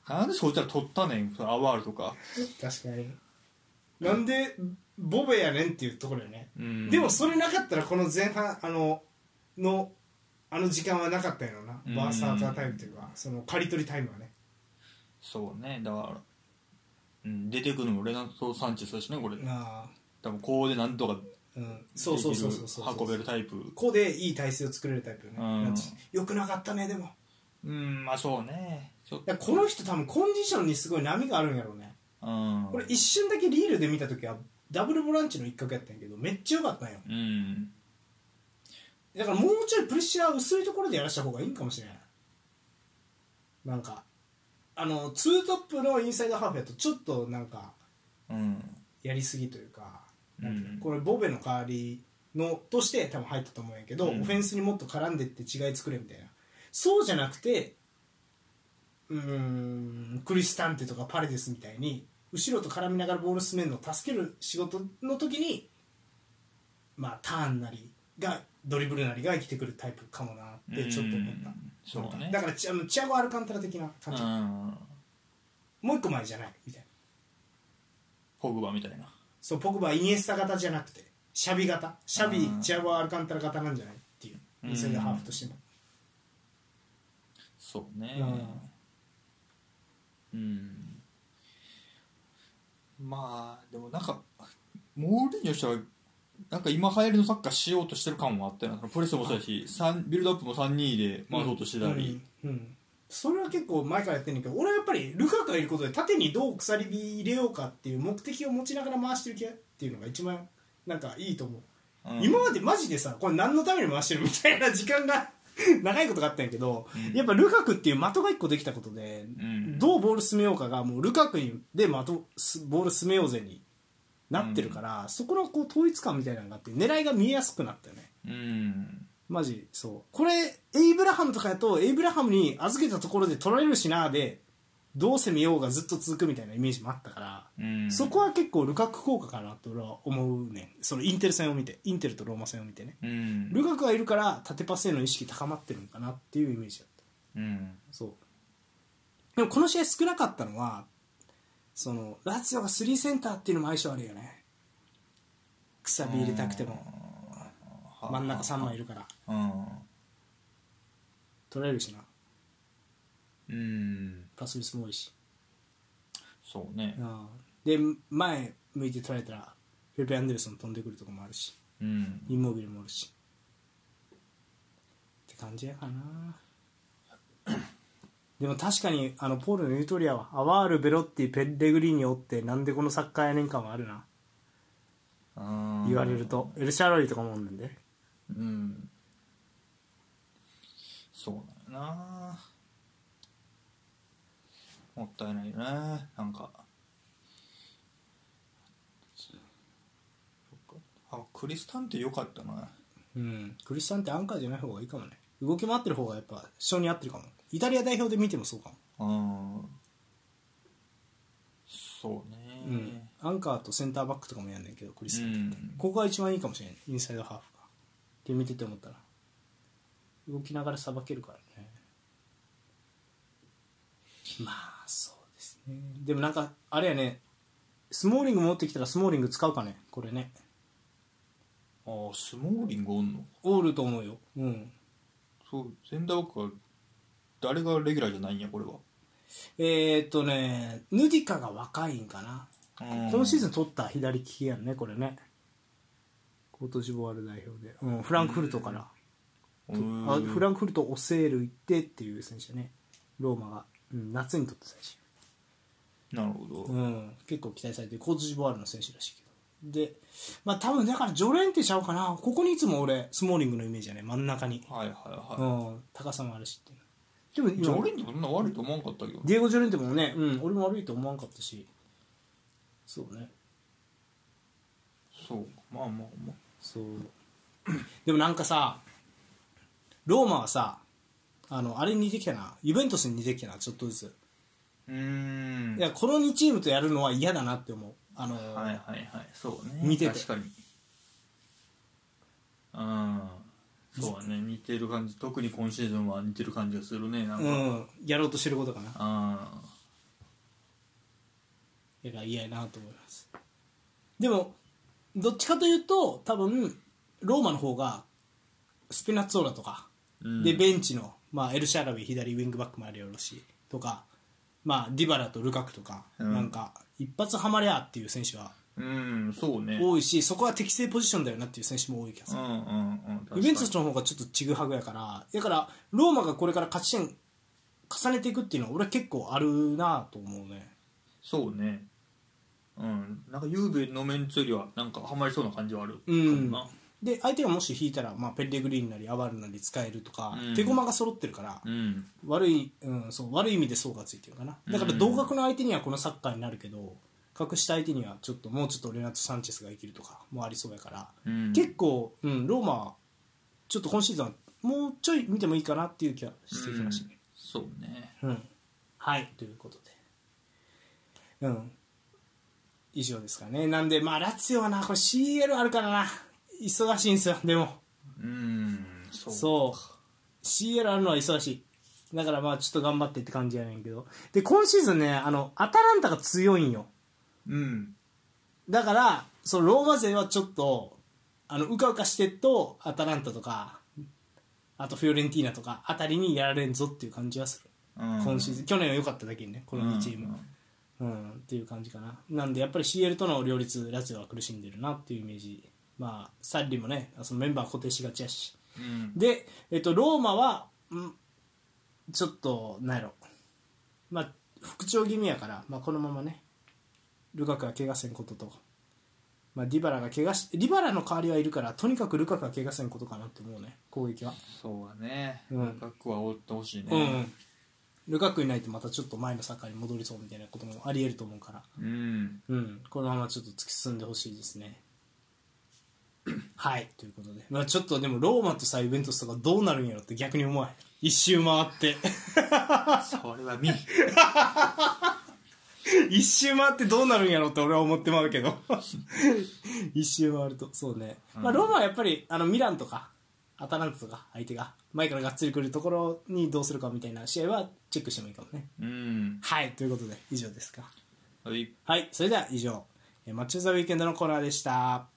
[SPEAKER 2] なんでそいつら取ったねんそのアワールとか、
[SPEAKER 1] 確かになんでボベやねんっていうところよね
[SPEAKER 2] うん、
[SPEAKER 1] でもそれなかったらこの前半あののあの時間はなかったよな
[SPEAKER 2] うん
[SPEAKER 1] バーサーカータイムというかその刈り取りタイムはね
[SPEAKER 2] そうねだから、うん、出てくるのもレナト・サンチェスだしねこれ
[SPEAKER 1] あ
[SPEAKER 2] 多分こうでなんとか
[SPEAKER 1] あうん
[SPEAKER 2] でき
[SPEAKER 1] そうそうそうそうそう
[SPEAKER 2] る運べるタイプ
[SPEAKER 1] ここでいい体勢を作れるタイプよね
[SPEAKER 2] うん
[SPEAKER 1] なんてよくなかったねでも
[SPEAKER 2] うんまあそうねちょっ
[SPEAKER 1] いやこの人多分コンディションにすごい波があるんやろうね
[SPEAKER 2] うん
[SPEAKER 1] これ一瞬だけリールで見た時はダブルボランチの一角やったんやけどめっちゃ良かったんよ
[SPEAKER 2] うん
[SPEAKER 1] だからもうちょいプレッシャー薄いところでやらした方がいいんかもしれないなんかあのツートップのインサイドハーフやとちょっとなんか
[SPEAKER 2] うん
[SPEAKER 1] やりすぎというか
[SPEAKER 2] うん
[SPEAKER 1] なんていうのこれボベの代わりのとして多分入ったと思うんやけど、
[SPEAKER 2] うん
[SPEAKER 1] オフェンスにもっと絡んでって違い作れみたいなそうじゃなくてうーんクリスタンテとかパレデスみたいに後ろと絡みながらボール進めるのを助ける仕事の時にまあターンなりがドリブルなりが生きてくるタイプかもなってちょっと思った、
[SPEAKER 2] うんそう
[SPEAKER 1] なん
[SPEAKER 2] ね
[SPEAKER 1] かだからチあのチアゴ・アルカンタラ的な感じ、
[SPEAKER 2] うん
[SPEAKER 1] もう一個前じゃないみたいな
[SPEAKER 2] ポグバみたいな
[SPEAKER 1] そうポグバイニエスタ型じゃなくてシャビ型シャビ
[SPEAKER 2] うん
[SPEAKER 1] ジャゴアルカンタラ型なんじゃないっていう
[SPEAKER 2] うん
[SPEAKER 1] 二戦でハーフとしても
[SPEAKER 2] そうねうんまあでもなんかモールーニョしたらなんか今流行りのサッカーしようとしてる感もあったよなプレスもそうやし三ビルドアップも3-2で回そうとしてたり、
[SPEAKER 1] うん、うんそれは結構前からやってるんだけど俺はやっぱりルカクがいることで縦にどう鎖火入れようかっていう目的を持ちながら回してる気がっていうのが一番なんかいいと思う
[SPEAKER 2] うん
[SPEAKER 1] 今までマジでさこれ何のために回してるみたいな時間が *laughs* 長いことがあったんやけど、
[SPEAKER 2] うん
[SPEAKER 1] やっぱルカクっていう的が一個できたことで、
[SPEAKER 2] うん
[SPEAKER 1] どうボール進めようかがもうルカクにで的すボール進めようぜになってるから、そこのこう統一感みたいなのがあって狙いが見えやすくなったよね
[SPEAKER 2] うん
[SPEAKER 1] マジそうこれエイブラハムとかやとエイブラハムに預けたところで取られるしなでどう攻めようがずっと続くみたいなイメージもあったから、
[SPEAKER 2] うん
[SPEAKER 1] そこは結構ルカク効果かなって俺は思うねんそのインテル戦を見てインテルとローマ戦を見てね
[SPEAKER 2] うん
[SPEAKER 1] ルカクがいるから縦パスへの意識高まってるのかなっていうイメージだった
[SPEAKER 2] うん
[SPEAKER 1] そうでもこの試合少なかったのはそのラツィオが3センターっていうのも相性悪いよねくさび入れたくても真ん中3枚いるから
[SPEAKER 2] うん
[SPEAKER 1] 取られるしな
[SPEAKER 2] うん
[SPEAKER 1] パスミスも多いし、
[SPEAKER 2] そうね
[SPEAKER 1] うん、で前向いて取られたらフェルペ・アンデルソン飛んでくるとこもあるし
[SPEAKER 2] うん
[SPEAKER 1] インモービルもおるしって感じやかな *coughs* でも確かにあのポールの言う通りやわアワールベロッティペレグリーニおってなんでこのサッカーやねん感はあるな
[SPEAKER 2] うん
[SPEAKER 1] 言われるとエルシャロイとかもおんねんで
[SPEAKER 2] うんそうだよなもったいないよねなんかそっかあクリスタンってよかったな
[SPEAKER 1] うんクリスタンってアンカーじゃない方がいいかもね動き回ってる方がやっぱ性に合ってるかもイタリア代表で見てもそうかも、
[SPEAKER 2] うんそうね
[SPEAKER 1] うん、アンカーとセンターバックとかもやんねんけどクリス
[SPEAKER 2] う
[SPEAKER 1] タン、
[SPEAKER 2] ん
[SPEAKER 1] ここが一番いいかもしれないインサイドハーフがって見てて思ったら動きながらさばけるからねまあそうですねでもなんかあれやねスモーリング持ってきたらスモーリング使うかねこれね
[SPEAKER 2] あースモーリングおんの
[SPEAKER 1] オールと思うようん
[SPEAKER 2] そうセンターバックは誰がレギュラーじゃないんやこれは
[SPEAKER 1] えー、っとねヌディカが若いんかな今シーズン取った左利きやんねこれねコートジボワール代表で、うん、フランクフルトから
[SPEAKER 2] ン
[SPEAKER 1] あフランクフルト、オセール行ってっていう選手だね、ローマが、うん、夏に取った選
[SPEAKER 2] なるほど
[SPEAKER 1] 手、うん、結構期待されてる、コートジボワールの選手らしいけど、で、まあ多分だから、ジョレンテちゃうかな、ここにいつも俺、スモーリングのイメージだね、真ん中に、
[SPEAKER 2] はいはい
[SPEAKER 1] うん
[SPEAKER 2] は、
[SPEAKER 1] 高さもあるしっていうので
[SPEAKER 2] い。じゃあ
[SPEAKER 1] も
[SPEAKER 2] 俺
[SPEAKER 1] 今、
[SPEAKER 2] にとそんな悪いと思わんかったけど。
[SPEAKER 1] ディエゴ・ジョレンテもね、うん、俺も悪いと思わんかったし、そうね、
[SPEAKER 2] そう。まあまあまあ。
[SPEAKER 1] そう、 *clears throat* でもなんかさ、ローマはさ、あのあれに似てきたな、ユベントスに似てきたな、ちょっとずつ。
[SPEAKER 2] うーん。
[SPEAKER 1] いやこの2チームとやるのは嫌だなって思うあの、
[SPEAKER 2] はいはいはい。そうね。
[SPEAKER 1] 見てて
[SPEAKER 2] 確かに。うん。そうだね。似てる感じ。特に今シーズンは似てる感じがするね。なん
[SPEAKER 1] う
[SPEAKER 2] か。
[SPEAKER 1] んやろうとしてることかな
[SPEAKER 2] あ
[SPEAKER 1] だから嫌やなと思いますでもどっちかというと多分ローマの方がスピナッツオーラとか、
[SPEAKER 2] ーうん。
[SPEAKER 1] でベンチの、まあ、エルシャラビ左ウィングバックもあるやろしとか、まあ、ディバラとルカクとか、
[SPEAKER 2] うん
[SPEAKER 1] なんか一発はまりゃっていう選手は
[SPEAKER 2] うん、そうね。
[SPEAKER 1] 多いしそこは適正ポジションだよなっていう選手も多い気がす
[SPEAKER 2] うん
[SPEAKER 1] る
[SPEAKER 2] うんうん。
[SPEAKER 1] ユベントスの方がちょっとちぐはぐやからだからローマがこれから勝ち点重ねていくっていうのは俺は結構あるなと思うね
[SPEAKER 2] そうね。うん。なんか、ゆうべのメンツよりは、なんか、ハマりそうな感じはある。
[SPEAKER 1] うん
[SPEAKER 2] な
[SPEAKER 1] で相手がもし引いたら、まあ、ペレグリーンなりアワルなり使えるとか、
[SPEAKER 2] うん
[SPEAKER 1] 手駒が揃ってるから、
[SPEAKER 2] うん。
[SPEAKER 1] 悪い、うん、そう悪い意味で層がついてるかなだから
[SPEAKER 2] うん
[SPEAKER 1] 同格の相手にはこのサッカーになるけど格下相手にはちょっともうちょっとレナット・サンチェスが生きるとかもありそうやから、
[SPEAKER 2] うん。
[SPEAKER 1] 結構、うん、ローマはちょっと今シーズンはもうちょい見てもいいかなっていう気はしてきましたね、
[SPEAKER 2] うんそうね。
[SPEAKER 1] うん、はいということで、うん、以上ですかねなんでまあラツィオはなこれ CL あるからな忙しいんですよでも
[SPEAKER 2] うん。そう。
[SPEAKER 1] そう CL あるのは忙しいだからまあちょっと頑張ってって感じやねんけどで今シーズンねあのアタランタが強いんよ
[SPEAKER 2] うん。
[SPEAKER 1] だからそのローマ勢はちょっとあのうかうかしてっとアタランタとかあとフィオレンティーナとかあたりにやられんぞっていう感じはする、今シーズン去年は良かっただけにねこの2チーム、うん、っていう感じかな。なんで、やっぱり CL との両立、ラツィオは苦しんでるなっていうイメージ。まあ、サッリもね、そのメンバー固定しがちやし。
[SPEAKER 2] うん
[SPEAKER 1] で、えっと、ローマは、うんちょっと、なんやろ。まあ、復調気味やから、まあ、このままね、ルカクが怪我せんことと、まあ、ディバラが怪我し、ディバラの代わりはいるから、とにかくルカクが怪我せんことかなって思うね、攻撃は。
[SPEAKER 2] そうだね
[SPEAKER 1] うん
[SPEAKER 2] 深くは追ってほしいね
[SPEAKER 1] うん。ルカクいないとまたちょっと前のサッカーに戻りそうみたいなこともあり得ると思うから。
[SPEAKER 2] うん
[SPEAKER 1] うん、このままちょっと突き進んでほしいですね。はい、ということで。まあちょっとでもローマとさ、イベントスとかどうなるんやろって逆に思わへん。一周回って。 *laughs*
[SPEAKER 2] それは見
[SPEAKER 1] 一周回ってどうなるんやろって俺は思ってまうけど。 *laughs* 一周回ると、そうね。まあローマはやっぱり、あの、ミランとか、アタランタとか、相手が、前からがっつり来るところにどうするかみたいな試合はチェックしてもいいかもね。
[SPEAKER 2] うん
[SPEAKER 1] はい、ということで、以上ですか。
[SPEAKER 2] はい
[SPEAKER 1] はい、それでは以上、えーマッチョ・ザ・ウィーケンドのコーナーでした。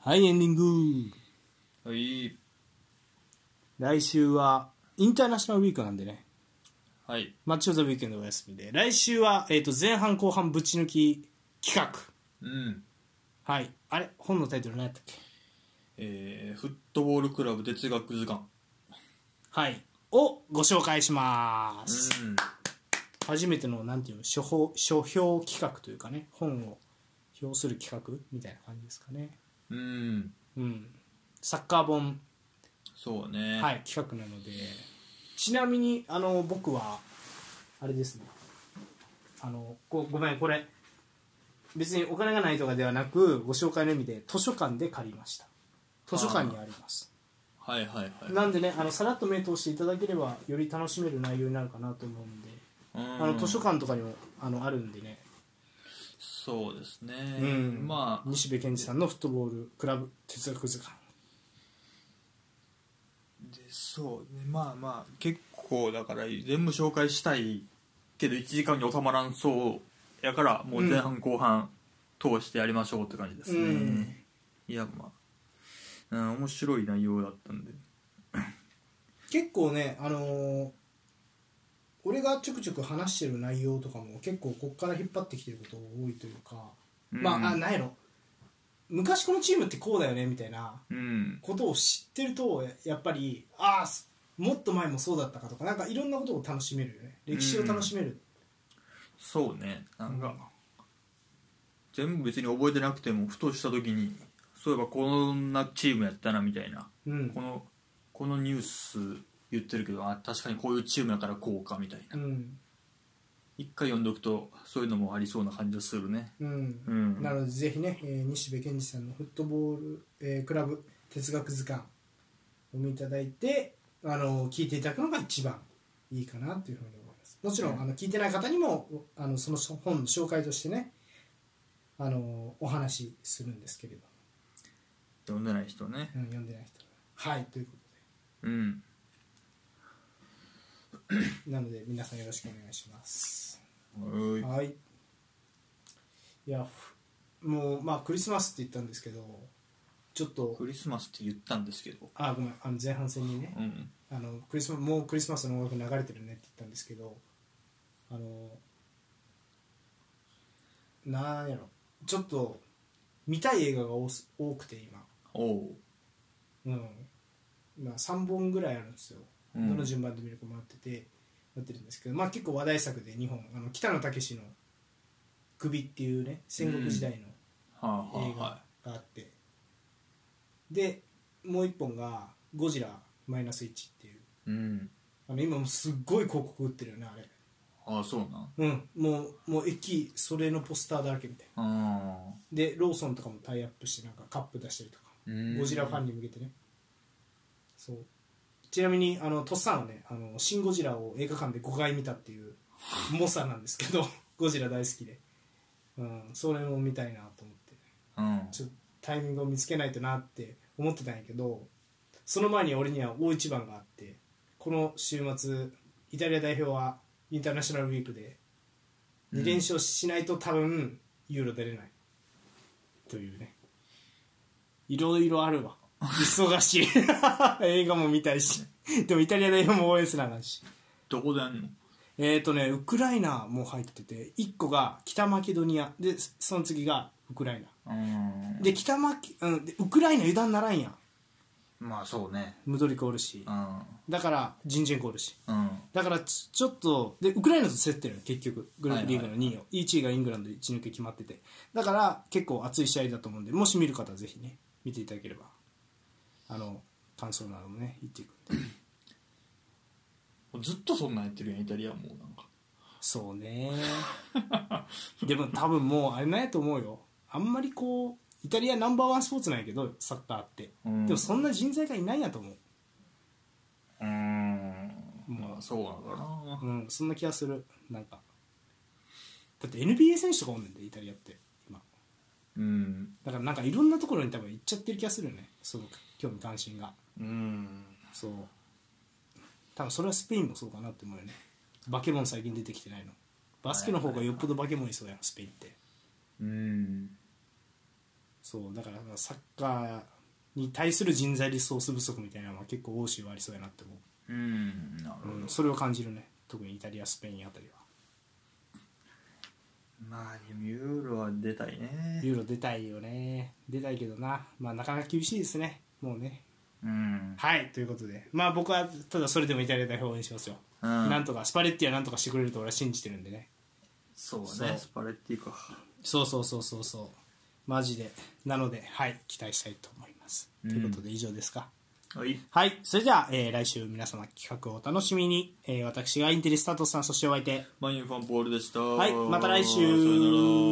[SPEAKER 1] はい、エンディング。
[SPEAKER 2] はい
[SPEAKER 1] 来週は、インターナショナルウィークなんでね、
[SPEAKER 2] はい
[SPEAKER 1] マッチョ・ザ・ウィーケンドお休みで、来週は、えー、と前半後半ぶち抜き企
[SPEAKER 2] うん
[SPEAKER 1] 画。はい。あれ本のタイトル何やったっけ
[SPEAKER 2] えーフットボールクラブ哲学図鑑
[SPEAKER 1] はい。をご紹介します。
[SPEAKER 2] うん
[SPEAKER 1] 初めてのなんていうの書評書評企画というかね本を評する企画みたいな感じですかね
[SPEAKER 2] うん
[SPEAKER 1] うんサッカー本、
[SPEAKER 2] そうね
[SPEAKER 1] はい、企画なのでちなみにあの僕はあれですねあのごごめんこれ別にお金がないとかではなくご紹介の意味で図書館で借りました図書館にあります
[SPEAKER 2] はいはいはい
[SPEAKER 1] なんでねあのさらっと目通していただければより楽しめる内容になるかなと思うんであ
[SPEAKER 2] あ
[SPEAKER 1] の図書館とかにもあのあるんでね
[SPEAKER 2] そうですね、
[SPEAKER 1] うん
[SPEAKER 2] まあ
[SPEAKER 1] 西部健二さんのフットボールクラブ哲学図鑑
[SPEAKER 2] でそうねまあまあ結構だから全部紹介したいけど1時間に収まらんそうやからもう前半後半通してやりましょうって感じですね、
[SPEAKER 1] うん
[SPEAKER 2] いやまあ、うん、面白い内容だったんで
[SPEAKER 1] 結構ねあのー俺がちょくちょく話してる内容とかも結構こっから引っ張ってきてること多いというか、ま
[SPEAKER 2] うん
[SPEAKER 1] ああなんやろ昔このチームってこうだよねみたいな
[SPEAKER 2] うん
[SPEAKER 1] ことを知ってるとややっぱりああもっと前もそうだったかとかなんかいろんなことを楽しめるよね歴史を楽しめる、
[SPEAKER 2] そうねなんか、
[SPEAKER 1] うん
[SPEAKER 2] 全部別に覚えてなくてもふとした時にそういえばこんなチームやったなみたいな
[SPEAKER 1] うん
[SPEAKER 2] このこのニュース言ってるけどあ確かにこういうチームだからこうかみたいな
[SPEAKER 1] うん
[SPEAKER 2] 一回読んどくとそういうのもありそうな感じがするね
[SPEAKER 1] うん
[SPEAKER 2] うん
[SPEAKER 1] なのでぜひね、えー西部健二さんのフットボール、えークラブ哲学図鑑お読みいただいて、あの聞いていただくのが一番いいかなというふうに思いますもちろん、
[SPEAKER 2] うん
[SPEAKER 1] あの聞いてない方にもあのその本の紹介としてねあのお話しするんですけれど、
[SPEAKER 2] 読んでない人ね
[SPEAKER 1] うん、読んでない人ははいというこ
[SPEAKER 2] うん
[SPEAKER 1] とでなので皆さんよろしくお願いします
[SPEAKER 2] はい
[SPEAKER 1] はいいやふもうまあクリスマスって言ったんですけどちょっと
[SPEAKER 2] クリスマスって言ったんですけど
[SPEAKER 1] あごめんあの前半戦にね
[SPEAKER 2] うん
[SPEAKER 1] あのクリスマもうクリスマスの音楽流れてるねって言ったんですけどあのなんやろちょっと見たい映画が多す多くて今
[SPEAKER 2] おう
[SPEAKER 1] うんまあ3本ぐらいあるんですよ、
[SPEAKER 2] うん
[SPEAKER 1] どの順番で見るかもらっててなってるんですけどまあ結構話題作で2本あの北野武の「首」っていうね戦国時代の
[SPEAKER 2] はあは
[SPEAKER 1] 映
[SPEAKER 2] あは
[SPEAKER 1] 画があって、でもう1本が「ゴジラマイナス1」っていう
[SPEAKER 2] いうん
[SPEAKER 1] あの今もうすっごい広告売ってるよねあれ
[SPEAKER 2] ああそうなん
[SPEAKER 1] うんもうもう駅それのポスターだらけみたいな
[SPEAKER 2] あ
[SPEAKER 1] でローソンとかもタイアップしてなんかカップ出したりとか
[SPEAKER 2] ー
[SPEAKER 1] ゴジラファンに向けてねそうちなみにあのとっさんはねあの「シン・ゴジラ」を映画館で5回見たっていう猛者なんですけどゴジラ大好きで、うん、それも見たいなと思って
[SPEAKER 2] うん
[SPEAKER 1] ちょっとタイミングを見つけないとなって思ってたんやけどその前に俺には大一番があって「この週末イタリア代表はインターナショナルウィークで2連勝しないと多分ユーロ出れないというねいろいろあるわ忙しい *laughs* 映画も見たいしでもイタリア代表も応援せなあかんし
[SPEAKER 2] どこでやんの
[SPEAKER 1] えっ、ー、とねウクライナも入ってて1個が北マケドニアでその次がウクライナ
[SPEAKER 2] うん
[SPEAKER 1] で北マケ、うん、でウクライナ油断ならんやん
[SPEAKER 2] まあそうね
[SPEAKER 1] ムドリコおるし
[SPEAKER 2] うん
[SPEAKER 1] だからジンジェンコおるし
[SPEAKER 2] うん
[SPEAKER 1] だからちちょっとでウクライナと競ってるの結局グループリーグの
[SPEAKER 2] はいはい
[SPEAKER 1] 2位を、1位がイングランド1抜け決まっててだから結構熱い試合だと思うんでもし見る方はぜひね見ていただければあの感想などもね言っていくんで
[SPEAKER 2] ずっとそんなんやってるやんイタリアもうなんか
[SPEAKER 1] そう
[SPEAKER 2] *laughs*
[SPEAKER 1] ねでも多分もうあれなんやと思うよあんまりこうイタリアナンバーワンスポーツなんやけどサッカーって、
[SPEAKER 2] うん
[SPEAKER 1] でもそんな人材がいないんやと思う
[SPEAKER 2] うん
[SPEAKER 1] まあ
[SPEAKER 2] そうなのかな
[SPEAKER 1] うんそんな気がするなんかだって NBA 選手とかおんねんでイタリアって今
[SPEAKER 2] うん
[SPEAKER 1] だからなんかいろんなところに多分行っちゃってる気がするよねその興味関心が
[SPEAKER 2] うん
[SPEAKER 1] そう多分それはスペインもそうかなって思うよねバケモン最近出てきてないのバスケの方がよっぽどバケモンいそうやんスペインって
[SPEAKER 2] うん
[SPEAKER 1] そうだからサッカーに対する人材リソース不足みたいなのは結構欧州はありそうやなって思
[SPEAKER 2] うんなるほ
[SPEAKER 1] う、うん、それを感じるね特にイタリアスペインあたりは
[SPEAKER 2] まあでもユーロは出たいね
[SPEAKER 1] ユーロ出たいよね出たいけどなまあなかなか厳しいですねもうね
[SPEAKER 2] うん
[SPEAKER 1] はいということでまあ僕はただそれでもイタリア代表応援しますよ、
[SPEAKER 2] うん
[SPEAKER 1] なんとかスパレッティはなんとかしてくれると俺は信じてるんでね
[SPEAKER 2] そう
[SPEAKER 1] そう
[SPEAKER 2] スパレッティか
[SPEAKER 1] そうそうそうそうそうマジでなのではい期待したいと思います、
[SPEAKER 2] うん
[SPEAKER 1] ということで以上ですか
[SPEAKER 2] はい
[SPEAKER 1] はいそれでは、えー来週皆様企画をお楽しみに、えー私がインテリスタートさんそしてお相手
[SPEAKER 2] マインファンポールでした
[SPEAKER 1] はいまた来週
[SPEAKER 2] さよなら